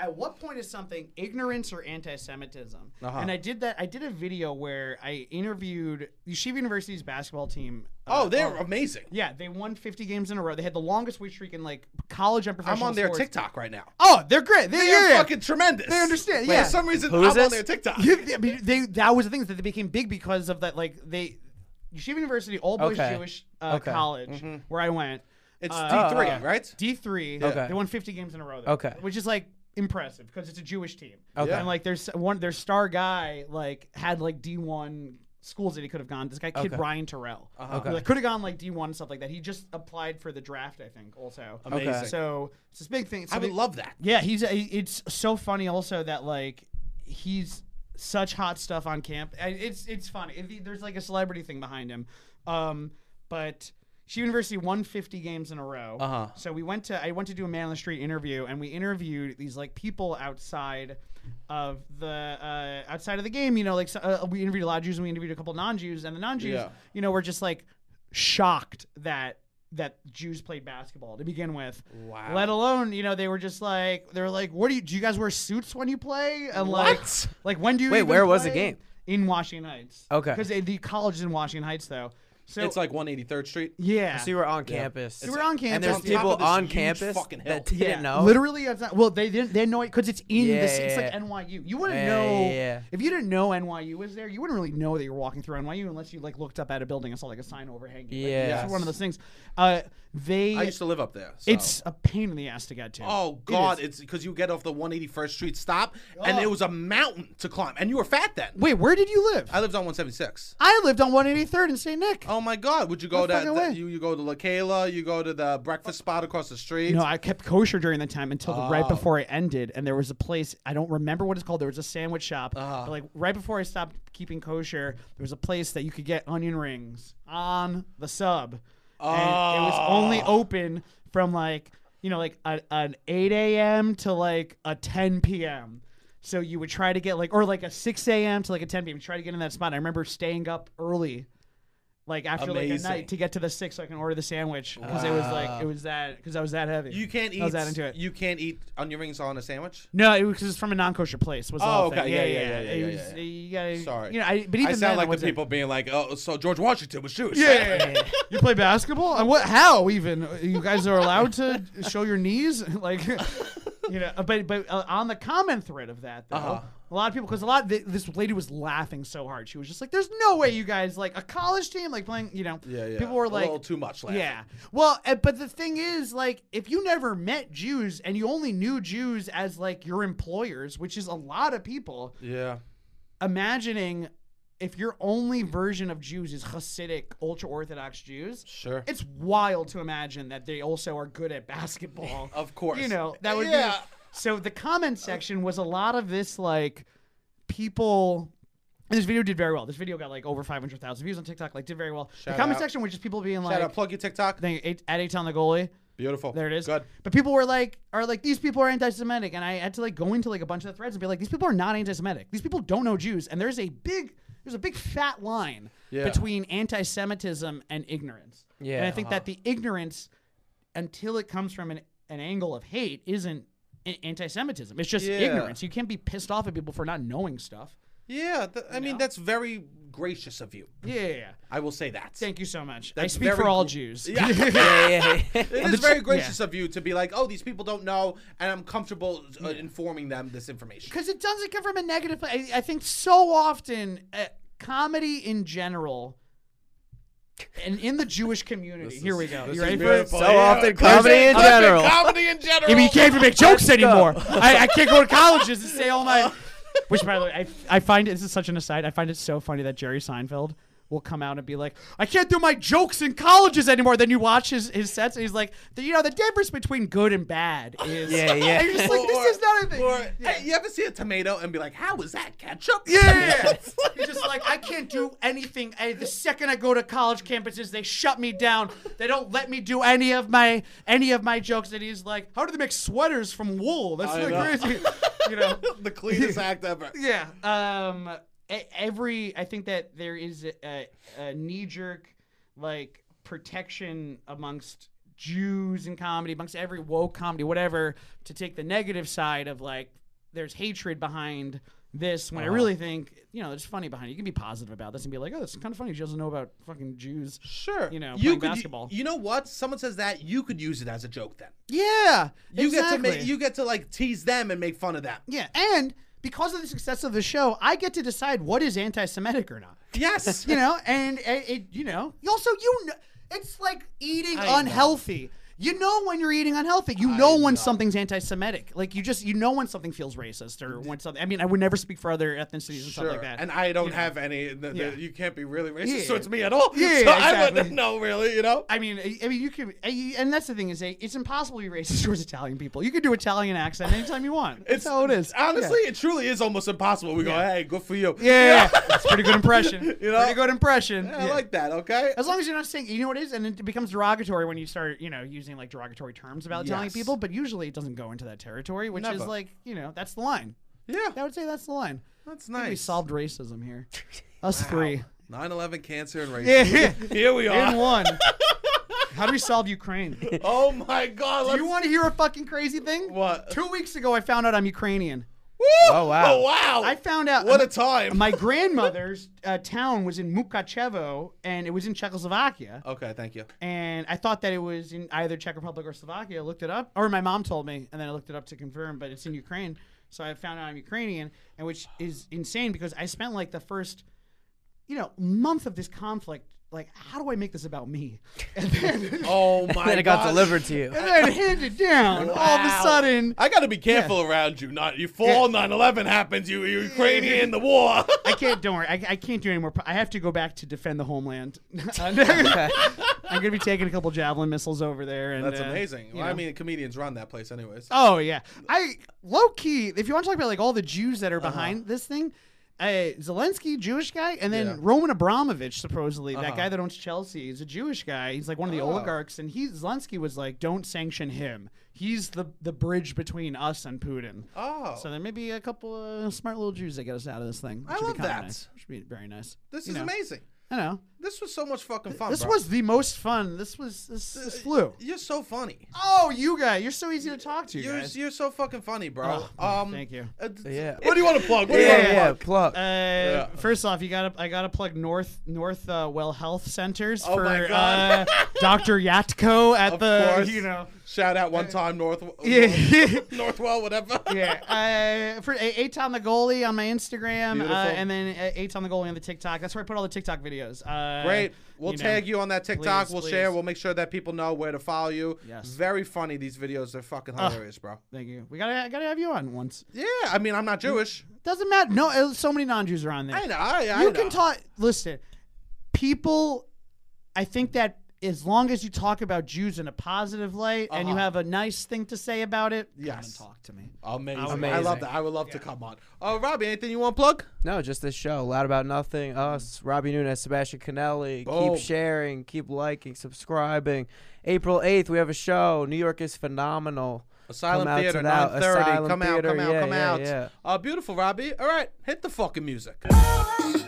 At what point is something ignorance or anti-Semitism?
Uh-huh.
And I did that. I did a video where I interviewed Yeshiva University's basketball team. uh,
Oh, they're
on-
amazing.
yeah, they won 50 games in a row. They had the longest win streak in like college and professional.
I'm on their
sports.
TikTok right now.
Oh, they're great. They,
They're
yeah.
fucking tremendous.
They understand,
Like,
yeah.
For some reason,
Who is
I'm on
this?
their TikTok.
Yeah, they- I mean, they that was the thing is that they became big because of that. Like they, Yeshiva University, all boys
Okay.
Jewish uh,
Okay. Mm-hmm.
college, where I went.
It's
Uh,
D three,
oh, oh.
right?
D three.
Okay.
They won 50 games in a row. Though,
Okay.
Which is like impressive because it's a Jewish team.
Okay.
And like there's one their star guy like had like D one schools that he could have gone. This guy kid
Okay.
Brian Terrell.
Uh-huh.
Okay.
Who, Like could have gone like D one stuff like that. He just applied for the draft, I think, also.
Amazing.
So it's this big thing. So
I would
they-
love that.
yeah, he's uh, it's so funny also that like he's such hot stuff on camp. I- It's it's funny. It- There's like a celebrity thing behind him. Um, but she University won 50 games in a row.
Uh-huh.
So we went to I went to do a man on the street interview and we interviewed these like people outside of the uh, outside of the game. You know, like so, uh, we interviewed a lot of Jews and we interviewed a couple non Jews and the non Jews,
Yeah.
you know, were just like shocked that that Jews played basketball to begin with.
Wow.
Let alone, you know, they were just like they were like, "What do you do? You guys wear suits when you play?" And like,
What?
like when do you?
Wait,
even
where was the
play?
game?
In Washington Heights.
Okay.
Because the college is in Washington Heights, though. So
It's like 183rd Street.
yeah,
So you were on campus.
You were on
And
campus.
there's
on top
people
of this
on
huge
campus
fucking hill.
that didn't
yeah,
know.
literally, it's not, well, they didn't. They know it because it's in
Yeah,
the. ci- It's
yeah,
like
yeah.
NYU. You wouldn't
Yeah,
know
yeah, yeah.
if you didn't know NYU was there. You wouldn't really know that you were walking through NYU unless you like looked up at a building and saw like a sign overhanging. Like,
Yes.
it's one of those things. Uh, they.
I used to live up there. so-
it's a pain in the ass to get to.
Oh
It
God!
is. Oh.
It's because you get off the 181st Street stop, and it was a mountain to climb, and you were fat then.
Wait, where did you live?
I lived on 176.
I lived on 183rd in St. Nick.
Oh my God! Would you go
No
to
fucking way.
the, you, you go to La Cayla? You go to the breakfast spot across the street?
No, I kept kosher during that time until the, right
Oh.
before I ended, and there was a place I don't remember what it's called. There was a sandwich shop,
Uh-huh.
but like right before I stopped keeping kosher, there was a place that you could get onion rings on the sub, and it was only
Oh.
open from like you know like a, an 8 a.m. to like a 10 p.m. So you would try to get like or like a 6 a.m. to like a 10 p.m. Try to get in that spot. I remember staying up early like after like a
Amazing.
night to get to the six so I can order the sandwich because it was like it was that because I was that heavy.
You can't eat.
I was that into it.
You can't eat onion rings on a sandwich.
no, it was because it's from a non-kosher place. Was the
Oh,
whole
okay.
thing.
Yeah, yeah, yeah, yeah,
It
yeah,
was,
yeah, yeah.
You gotta,
Sorry.
You know, I, but even
I sound
then, it
like the
wasn't-
people being like, "Oh, so George Washington was Jewish."
Yeah, yeah, yeah, yeah. you play basketball and what? How even you guys are allowed to show your knees like. You know, but but uh, on the comment thread of that though,
Uh-huh.
a lot of people because a lot th- this lady was laughing so hard she was just like, "There's no way you guys like a college team like playing," you know.
yeah, yeah.
People were like,
a little too much. Laughing.
Yeah. Well, uh, but the thing is, like, if you never met Jews and you only knew Jews as like your employers, which is a lot of people,
yeah.
imagining if your only version of Jews is Hasidic ultra Orthodox Jews,
Sure.
it's wild to imagine that they also are good at basketball.
Of course.
You know, that would
Yeah.
be. So the comment section was a lot of this, like, people. And this video did very well. This video got like over 500,000 views on TikTok, like, did very well.
Shout
the comment
out.
section was just people being
Shout
like,
out, plug your TikTok.
thing, eight, at eight on the goalie.
Beautiful.
There it is.
Good.
But people were like, are like, these people are anti-Semitic, and I had to like go into like a bunch of the threads and be like, these people are not anti-Semitic. These people don't know Jews, and there's a big, there's a big fat line
Yeah.
between anti-Semitism and ignorance.
Yeah,
And I think that the ignorance, until it comes from an, an angle of hate, isn't a- anti-Semitism. It's just
Yeah.
ignorance. You can't be pissed off at people for not knowing stuff.
Yeah, th- I mean
know?
that's very gracious of you.
Yeah. yeah, yeah.
I will say that.
Thank you so much. I
That's
speak for
very
all
gr-
Jews.
Yeah.
yeah, yeah.
It is
But
very
sh-
gracious of you to be like, oh, these people don't know, and I'm comfortable uh, informing them this information.
because it doesn't come from a negative place. I, I think so often uh, comedy in general, and in the Jewish community. Here we go. You ready for it?
So often comedy in
Often
general.
Comedy in general.
I mean, you can't even make jokes
Let's go.
anymore. I, I can't go to colleges and say all my. Which, by the way, I, I find this is such an aside. I find it so funny that Jerry Seinfeld will come out and be like, I can't do my jokes in colleges anymore. Then you watch his, his sets and he's like, the, you know, the difference between good and bad is.
Yeah, yeah.
And you're just like, this is not a thing.
Or,
Yeah.
hey, you ever see a tomato and be like, how is that ketchup?
Yeah. He's just like, I can't do anything. I, the second I go to college campuses, they shut me down. They don't let me do any of my any of my jokes. And he's like, How do they make sweaters from wool? That's
I
like
know.
crazy. you know?
the cleanest act ever.
Yeah. Um. e- Every I think that there is a, a knee jerk like protection amongst Jews in comedy, amongst every woke comedy, whatever, to take the negative side of like there's hatred behind this
Uh-huh.
when I really think you know it's funny behind it. You can be positive about this and be like, oh, that's kind of funny. She doesn't know about fucking Jews.
Sure.
You know, playing
could, u-
basketball.
You know what? Someone says that you could use it as a joke. Then
Yeah.
you get to make, you get to like tease them and make fun of them.
yeah, and because of the success of the show, I get to decide what is anti-Semitic or not.
Yes.
you know, and it, it you know, You also you know, it's like eating
I
unhealthy. You know when you're eating unhealthy. You know when something's anti-Semitic. Like you just you know when something feels racist or when something. I mean, I would never speak for other ethnicities and stuff
Sure.
like that.
And I don't have any. The,
Yeah.
the, you can't be really racist
Yeah.
towards me at all.
Yeah,
so I
exactly.
wouldn't know really. You know.
I mean, I I mean, you could, I- and that's the thing is, eh, it's impossible to be racist towards Italian people. You can do Italian accent anytime you want. That's how it is.
Honestly, it truly is almost impossible. We go, hey, good for you.
yeah, yeah. it's a pretty good impression.
You know?
pretty good impression.
Yeah, I
Yeah.
like that. Okay.
As long as you're not saying, you know what it is, and it becomes derogatory when you start, you know, using like derogatory terms about Italian
Yes.
people. But usually, it doesn't go into that territory, which is
Never.
like, you know, that's the line. I
yeah,
would say that's the line.
that's
I think
nice.
We solved racism here. Us three.
9/11 cancer and racism.
Yeah.
Here we
In
are.
one. How do we solve Ukraine? Do
Oh my God. Let's,
you want to hear a fucking crazy thing?
What?
Two weeks ago, I found out I'm Ukrainian.
Woo!
Oh, wow.
Oh wow.
I found out.
What
my-
a time.
My grandmother's uh, town was in Mukachevo, and it was in Czechoslovakia.
okay. Thank you.
and I thought that it was in either Czech Republic or Slovakia. I looked it up, or my mom told me, and then I looked it up to confirm. But it's in Ukraine, so I found out I'm Ukrainian, and which is insane because I spent like the first, you know, month of this conflict. Like, how do I make this about me? And then,
Oh my
then it got
God.
delivered to you.
and then handed down. All of a
Wow.
sudden,
I got to be careful around you. Not you fall. 9/11 happens. You you Ukrainian. The war.
I can't. Don't worry. I, I can't do any more. pro- I have to go back to defend the homeland. I'm gonna be taking a couple javelin missiles over there. And
That's
uh,
amazing.
you
Well, I mean,
know.
comedians run that place anyways.
Oh yeah, I low key. If you want to talk about like all the Jews that are
Uh-huh.
behind this thing, uh, Zelensky, Jewish guy, and then
Yeah.
Roman Abramovich, supposedly that
Uh-huh.
guy that owns Chelsea, is a Jewish guy. He's like one of the
Oh.
oligarchs, and he Zelensky was like, "Don't sanction him. He's the the bridge between us and Putin."
Oh,
So there may be a couple of smart little Jews that get us out of this thing.
I
Should be
love
kinda
that.
Nice. Should be very nice.
this
You
is
know,
amazing.
I know.
This was so much fucking fun.
this
bro. Uh,
was the most fun. This was this, this flew.
You're so funny.
Oh, you guy, you're so easy to talk to.
You're
guys.
you're so fucking funny, bro.
Oh,
um,
thank you.
uh, d-
Yeah.
What do you want to plug? What do you
Yeah,
want to
yeah,
plug?
plug.
Uh, First off, you got to I got to plug North North uh, Well Health Centers
Oh
for
my God.
uh, Dr. Yatko at
Of
the
course.
you know Uh,
Shout out one time North.
yeah.
Northwell, whatever.
yeah, uh, for A- eight on the goalie on my Instagram,
Beautiful.
uh, and then uh, eight on the goalie on the TikTok. That's where I put all the TikTok videos. Uh,
Great. We'll
you know.
tag you on that TikTok.
Please,
we'll
please.
share. We'll make sure that people know where to follow you.
Yes.
Very funny. These videos are fucking hilarious, bro.
Thank you. We gotta gotta have you on once.
Yeah. I mean, I'm not Jewish.
Doesn't matter. No, uh, so many non-Jews are on there.
I know. I, I
you
know.
can talk. Listen, people. I think that as long as you talk about Jews in a positive light and you
Uh-huh.
have a nice thing to say about it, come
Yes.
and talk to me.
Amazing. I
Amazing.
love that. I would love to come on. Uh, Robbie, anything you want to plug?
No, just this show. Loud About Nothing, us, Robbie Nunes, Sebastian Canelli.
Boom.
Keep sharing, keep liking, subscribing. April 8th, we have a show. New York is phenomenal.
Asylum
Come out
Theater,
to that.
930.
Asylum
come out,
Theater,
come out,
yeah,
come
yeah,
out.
yeah.
Uh, beautiful, Robbie. All right, hit the fucking music.
Thank you.